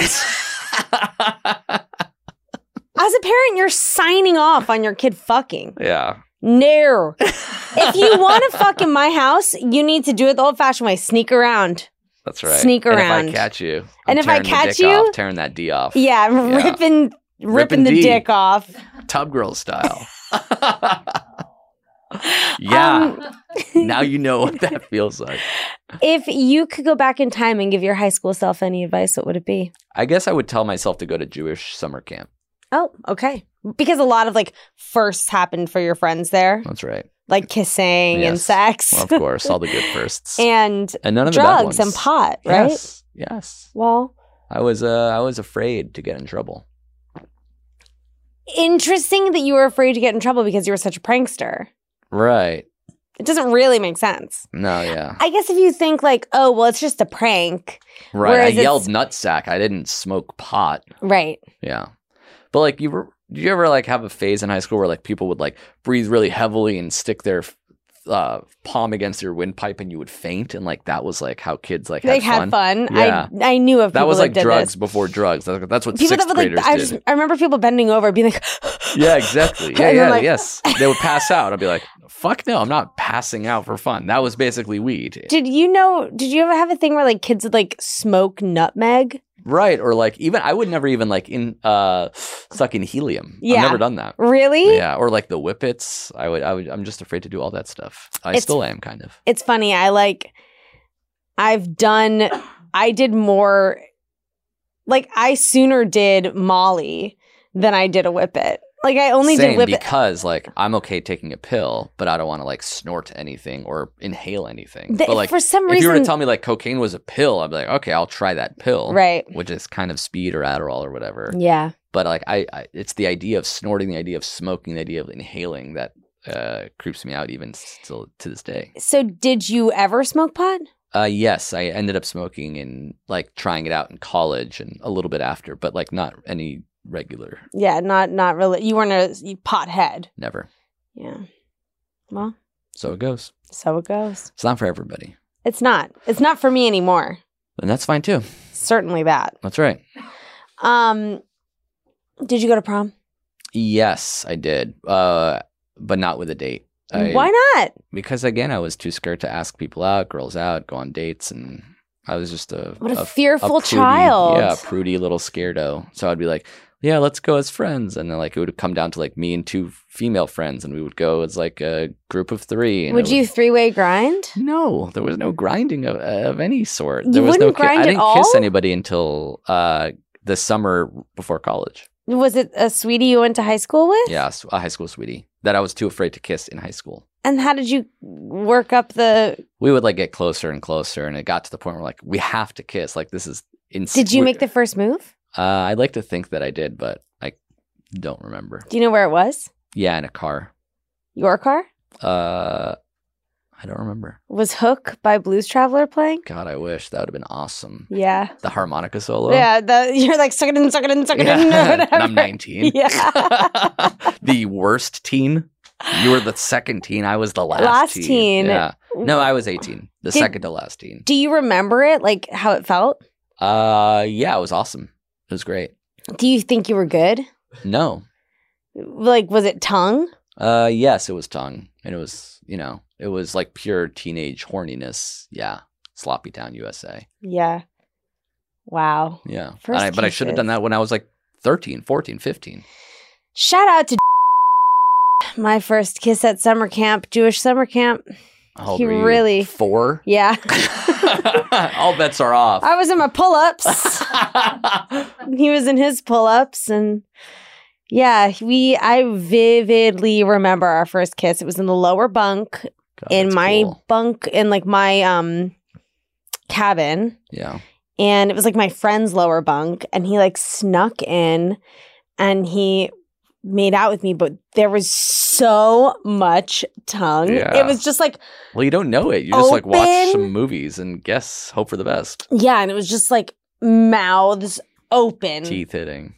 B: As a parent, you're signing off on your kid fucking.
C: yeah.
B: No. if you want to fuck in my house, you need to do it the old fashioned way. Sneak around.
C: That's right.
B: Sneak
C: And
B: around.
C: if I catch you, I'm
B: And if I
C: tearing the
B: catch
C: dick
B: you-
C: off, tearing that D off.
B: Yeah, ripping ripping,
C: Ripping
B: the
C: D.
B: dick off.
C: Tub girl style. yeah.
B: Um,
C: now you know what that feels like.
B: If you could go back in time and give your high school self any advice, what would it be?
C: I guess I would tell myself to go to Jewish summer camp.
B: Oh, okay. Because a lot of like firsts happened for your friends there,
C: That's right.
B: like kissing and
C: Yes.
B: sex.
C: Well, of course, all the good firsts.
B: and
C: And none of the bad
B: drugs
C: ones.
B: and pot, right?
C: Yes. Yes.
B: Well,
C: I was uh I was afraid to get in trouble.
B: interesting that you were afraid to get in trouble because you were such a prankster.
C: Right.
B: It doesn't really make sense.
C: No, yeah.
B: I guess if you think like, oh, well, it's just a prank,
C: Right.
B: Whereas
C: I
B: it's-
C: yelled nutsack. I didn't smoke pot.
B: right?
C: Yeah. But like you were did you ever like have a phase in high school where like people would like breathe really heavily and stick their uh, palm against your windpipe and you would faint and like that was like how kids like had
B: like
C: fun.
B: had fun.
C: Yeah.
B: I I knew of people
C: That was like
B: did
C: drugs
B: This.
C: before drugs. That's that's what
B: People
C: sixth
B: that would
C: graders
B: like, I,
C: did.
B: just, I remember people bending over, being like,
C: Yeah, exactly.
B: And
C: Yeah,
B: then,
C: yeah,
B: like-
C: yes. They would pass out. I'd be like, fuck no, I'm not passing out for fun. That was basically weed.
B: "Did you know? Did you ever have a thing where like kids would like smoke nutmeg?
C: Right. Or like even I would never even like in uh suck in helium.
B: Yeah.
C: I've never done that.
B: Really?
C: Yeah. Or like the whippets. I would I would I'm just afraid to do all that stuff. I
B: It's-
C: still am kind of.
B: It's funny. I like, I've done, I did more, like I sooner did Molly than I did a whippet. Like I only
C: Same,
B: did whippet.
C: because like I'm okay taking a pill, but I don't want to like snort anything or inhale anything.
B: The-
C: but like
B: for some
C: if you were to
B: reason-
C: tell me like cocaine was a pill, I'd be like, okay, I'll try that pill.
B: Right.
C: Which is kind of speed or Adderall or whatever.
B: yeah.
C: but like I, I it's the idea of snorting the idea of smoking the idea of inhaling that uh creeps me out even s- still to this day
B: So did you ever smoke pot?
C: uh yes i ended up smoking and like trying it out in college and a little bit after but like not any regular
B: Yeah, not not really. You weren't a pothead.
C: never
B: Yeah. Well,
C: so it goes
B: so it goes.
C: it's not for everybody
B: It's not. It's not for me anymore.
C: and that's fine too
B: Certainly that.
C: that's right
B: Um, did you go to prom?
C: yes i did uh but not with a date I,
B: Why not?
C: because again i was too scared to ask people out girls out go on dates and i was just a
B: What a,
C: a
B: fearful
C: prudy-
B: child.
C: Yeah, a prudy little scaredy. So I'd be like, yeah, let's go as friends, and then like it would come down to like me and two female friends, and we would go as like a group of three. And
B: Would
C: it
B: you three way grind?
C: No, there was no grinding of, of any sort.
B: You
C: There was no.
B: wouldn't grind
C: I
B: at
C: didn't kiss
B: all?
C: anybody until uh, the summer before college.
B: Was it a sweetie you went to high school with?
C: Yeah, s- a high school sweetie that I was too afraid to kiss in high school.
B: And how did you work up the?
C: We would like get closer and closer, and it got to the point where like we have to kiss. Like this is insane.
B: Did you make the first move?
C: Uh, I'd like to think that I did, but I don't remember.
B: Do you know where it was?
C: Yeah, in a car.
B: Your car
C: Uh, I don't remember.
B: was "Hook" by Blues Traveler playing.
C: God, I wish that would have been awesome.
B: Yeah,
C: The harmonica solo.
B: yeah. The, you're like suck it in, suck it in, suck it
C: Yeah.
B: in. or
C: and
B: whatever.
C: I'm 19.
B: Yeah.
C: the worst teen. You were the second teen. I was the last,
B: Last teen.
C: Yeah. No, I was 18. The
B: Did-
C: second to last teen.
B: Do you remember it? Like how it felt?
C: Uh, yeah, it was awesome. It was great.
B: Do you think you were good?
C: No.
B: Like was it tongue?
C: Uh, yes, it was tongue, and it was you know it was like pure teenage horniness. Yeah, sloppy town USA.
B: Yeah. Wow.
C: Yeah, And
B: First
C: I- but I should have done
B: kisses.
C: that when I was like 13, 14, 15.
B: Shout out to my first kiss at summer camp, Jewish summer camp.
C: How old
B: He
C: were you?
B: really-
C: four.
B: Yeah.
C: All bets are off.
B: I was in my pull ups. he was in his pull ups. And yeah, we, I vividly remember our first kiss. It was in the lower bunk,
C: God,
B: in
C: Oh, that's
B: my
C: cool.
B: bunk, in like my um cabin.
C: yeah,
B: and it was like my friend's lower bunk and he like snuck in and he made out with me, but there was so much tongue.
C: Yeah.
B: It was just like,
C: Well, you don't know it. You just like watch
B: Open.
C: some movies and guess, hope for the best.
B: yeah, and it was just like mouths open.
C: Teeth hitting.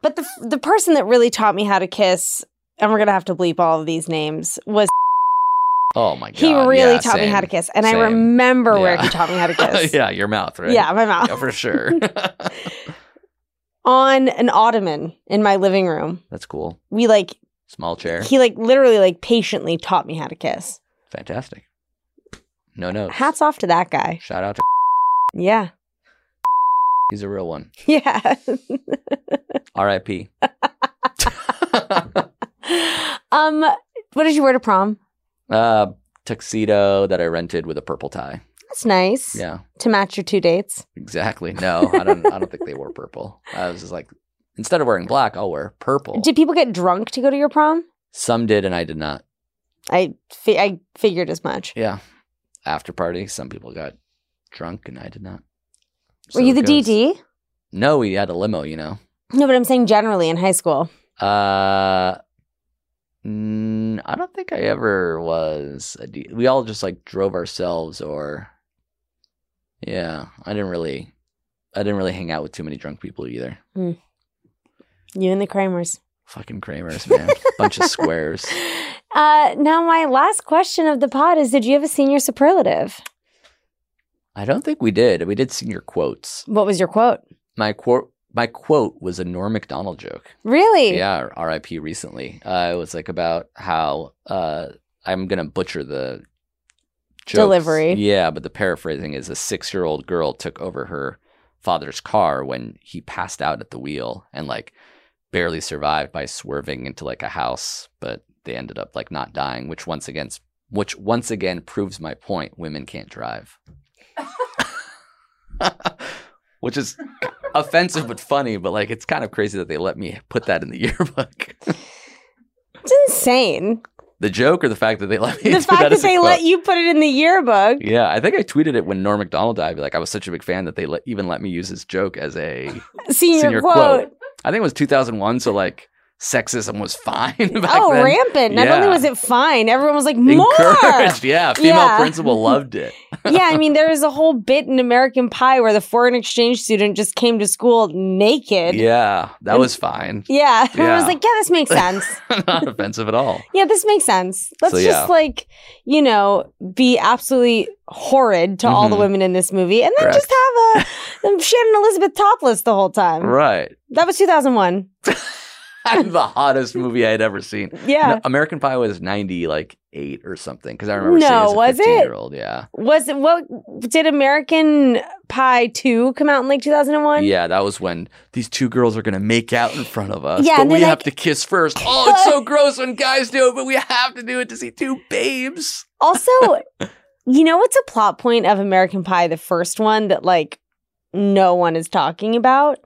B: But the the person that really taught me how to kiss, and we're gonna have to bleep all of these names, was
C: Oh my god.
B: he really
C: Yeah,
B: taught me how to
C: same.
B: kiss, and
C: Same.
B: I remember where
C: Yeah.
B: he taught me how to kiss.
C: yeah, your mouth, right?
B: yeah, my mouth
C: Yeah, for sure.
B: on an ottoman in my living room.
C: That's cool.
B: We like
C: Small chair.
B: he like literally like patiently taught me how to kiss.
C: Fantastic. No notes.
B: Hats off to that guy.
C: Shout out to
B: Yeah,
C: he's a real one.
B: yeah.
C: R.I.P.
B: um, what did you wear to prom?
C: uh, tuxedo that I rented with a purple tie.
B: That's nice.
C: Yeah,
B: To match your two dates.
C: exactly. No, I don't. I don't think they wore purple. I was just like, instead of wearing black, I'll wear purple.
B: Did people get drunk to go to your prom?
C: Some did, and I did not.
B: I fi- I figured as much.
C: Yeah, after party, some people got drunk, and I did not. So
B: Were you
C: it
B: the
C: goes.
B: DD?
C: No, we had a limo. You know.
B: No, but I'm saying generally in high school.
C: Uh, mm, I don't think I ever was. A D- we all just like drove ourselves, or yeah, I didn't really, I didn't really hang out with too many drunk people either.
B: You and the Kramers.
C: Fucking Kramers, man, bunch of squares.
B: Uh, now, my last question of the pod is Did you have a senior superlative?
C: I don't think we did. We did senior quotes.
B: What was your quote?
C: My quote, my quote was a Norm Macdonald joke.
B: Really?
C: Yeah, RIP recently. Uh, it was like about how uh, I'm gonna butcher the jokes.
B: Delivery.
C: Yeah, but the paraphrasing is a six year old girl took over her father's car when he passed out at the wheel and like barely survived by swerving into like a house, but they ended up like not dying, which once again which once again proves my point women can't drive. which is offensive but funny, but like it's kind of crazy that they let me put that in the yearbook.
B: It's insane.
C: the joke or the fact that they let me
B: The
C: do
B: fact that
C: as a
B: they
C: quote?
B: let you put it in the yearbook.
C: Yeah, I think I tweeted it when Norm Macdonald died. Like I was such a big fan that they let, even let me use his joke as a
B: Senior,
C: senior
B: quote.
C: quote. I think it was 2001, so like sexism was fine. Back
B: Oh,
C: then.
B: rampant. Not only
C: Yeah.
B: was it fine, everyone was like, more.
C: Encouraged, yeah. Female
B: Yeah.
C: principal loved it.
B: yeah, I mean, there was a whole bit in American Pie where the foreign exchange student just came to school naked.
C: Yeah, that was fine.
B: Yeah. I was
C: Yeah.
B: like, yeah, this makes sense.
C: Not offensive at all.
B: Yeah, this makes sense. Let's
C: So,
B: just
C: yeah.
B: like, you know, be absolutely horrid to all the
C: Mhm.
B: women in this movie and then
C: Correct.
B: just have a them Shannon Elizabeth topless the whole time.
C: Right.
B: That was 2001.
C: the hottest movie I had ever seen.
B: Yeah.
C: No, American Pie was 90, like eight or something. Because I remember seeing
B: No,
C: it as a
B: was it?
C: 15 year old. Yeah.
B: Was it what did American Pie 2 come out in like 2001?
C: Yeah, that was when these two girls are gonna make out in front of us.
B: Yeah,
C: but
B: and they're
C: we have
B: like-
C: to kiss first. Oh, it's so gross when guys do it, but we have to do it to see two babes.
B: Also, you know what's a plot point of American Pie, the first one that like no one is talking about?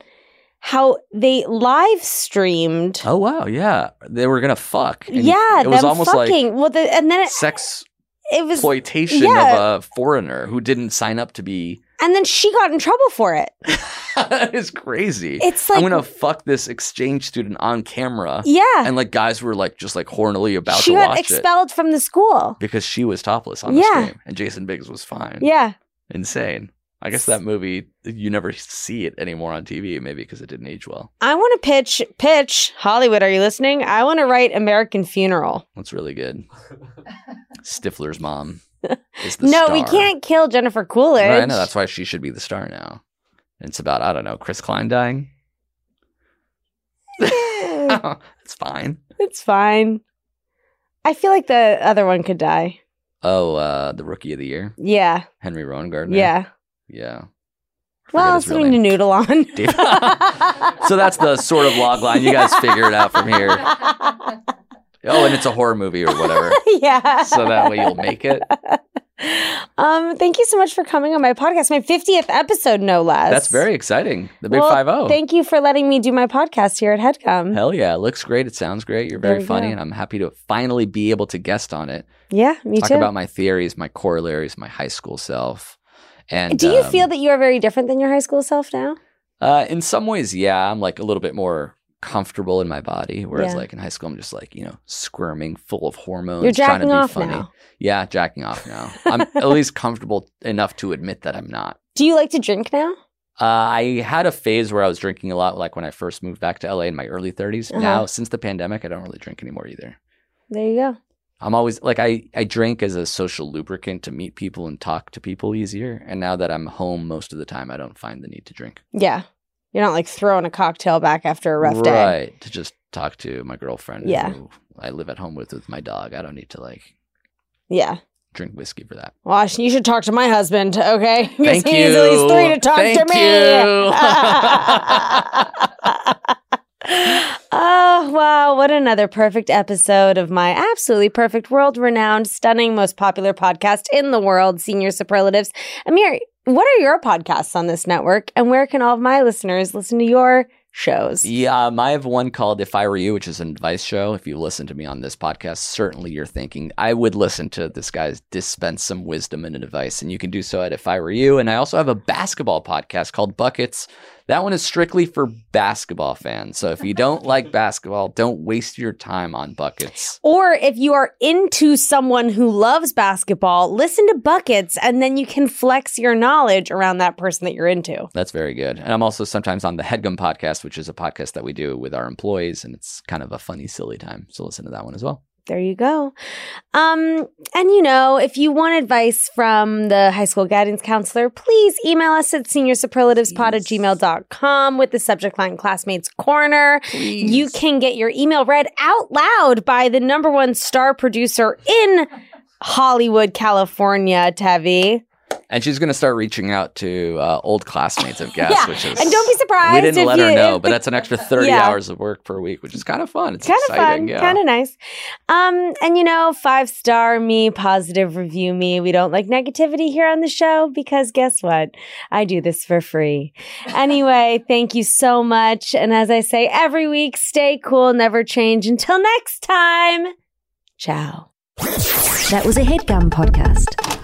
B: How they live streamed.
C: Oh wow, yeah, they were gonna fuck. And
B: yeah,
C: it was
B: them
C: almost
B: fucking. well, the, and then
C: like
B: it,
C: sex
B: it was
C: exploitation
B: yeah.
C: of a foreigner who didn't sign up to be.
B: And then she got in trouble for it.
C: that is crazy.
B: It's like,
C: I'm gonna fuck this exchange student on camera,
B: yeah,
C: and like guys were like just like hornily about
B: she
C: to
B: got
C: watch it
B: expelled from the school.
C: because she was topless on
B: Yeah.
C: the stream, and Jason Biggs was fine.
B: Yeah,
C: insane. I guess that movie you never see it anymore on TV, maybe because it didn't age well.
B: I want to pitch, pitch Hollywood. Are you listening? I want to write American Funeral.
C: That's really good. Stifler's mom is the
B: no,
C: star.
B: we can't kill Jennifer
C: No,
B: Coolidge.
C: I know that's why she should be the star now. It's about I don't know Chris Klein dying. it's fine.
B: it's fine. I feel like the other one could die.
C: Oh, uh, the rookie of the year,
B: Yeah,
C: Henry Rowan Gardner.
B: yeah.
C: yeah. Forget
B: Well,
C: his real
B: something to
C: name.
B: noodle on.
C: Dave- so that's the sort of log line. You guys figure it out from here. Oh, and it's a horror movie or whatever.
B: yeah.
C: So that way you'll make it.
B: Um, thank you so much for coming on my podcast, my 50th episode, no less.
C: That's very exciting. The big
B: Well,
C: five oh. zero.
B: Thank you for letting me do my podcast here at Headcom.
C: Hell yeah! It looks great. It sounds great. You're
B: Mm-hmm. There
C: very
B: you
C: funny,
B: go.
C: and I'm happy to finally be able to guest on it.
B: Yeah, me
C: Talk
B: too.
C: about my theories, my corollaries, my high school self. And
B: do you
C: um,
B: feel that you are very different than your high school self now?
C: Uh, in some ways, yeah, I'm like a little bit more comfortable in my body. Whereas
B: Yeah.
C: like in high school, I'm just like, you know, squirming, full of hormones,
B: You're
C: trying to
B: jacking
C: be
B: off
C: funny.
B: now.
C: Yeah, jacking off now. I'm at least comfortable enough to admit that I'm not.
B: Do you like to drink now?
C: Uh, I had a phase where I was drinking a lot, like when I first moved back to LA in my early 30s.
B: Uh-huh.
C: Now, since the pandemic, I don't really drink anymore either.
B: There you go.
C: I'm always like I I drink as a social lubricant to meet people and talk to people easier. And now that I'm home most of the time, I don't find the need to drink.
B: Yeah. You're not like throwing a cocktail back after a rough day.
C: right to just talk to my girlfriend.
B: Yeah.
C: who I live at home with with my dog. I don't need to like
B: Yeah.
C: drink whiskey for that.
B: Well, I sh- you should talk to my husband, okay? 'Cause
C: Thank
B: he needs at least three to
C: you.
B: talk to
C: Thank
B: me. oh, wow. What another perfect episode of my absolutely perfect, world renowned, stunning, most popular podcast in the world, Senior Superlatives. Amir, what are your podcasts on this network? And where can all of my listeners listen to your shows?
C: Yeah, um, I have one called If I Were You, which is an advice show. If you listen to me on this podcast, certainly you're thinking, I would listen to this guy's dispense some wisdom and advice. And you can do so at If I Were You. And I also have a basketball podcast called Buckets. That one is strictly for basketball fans. So if you don't like basketball, don't waste your time on Buckets.
B: Or if you are into someone who loves basketball, listen to Buckets and then you can flex your knowledge around that person that you're into.
C: That's very good. And I'm also sometimes on the Headgum podcast, which is a podcast that we do with our employees. And it's kind of a funny, silly time. So listen to that one as well.
B: There you go. Um, and you know, if you want advice from the high school guidance counselor, please email us at seniorsuperlativespod at gmail.com with the subject line Classmates Corner. You can get your email read out loud by the number one star producer in Hollywood, California, Tevi.
C: And she's going to start reaching out to uh, old classmates of Gas,
B: Yeah,
C: which is.
B: and don't be surprised
C: We didn't
B: if
C: let
B: you-
C: her know, but
B: if-
C: that's an extra 30
B: Yeah.
C: hours of work per week, which is kind of fun. It's
B: kind of
C: exciting.
B: fun,
C: yeah.
B: kind of nice. Um, and you know, five star me, positive review me. We don't like negativity here on the show because guess what? I do this for free. Anyway, thank you so much. And as I say every week, stay cool, never change. Until next time, ciao.
G: That was a headgum podcast.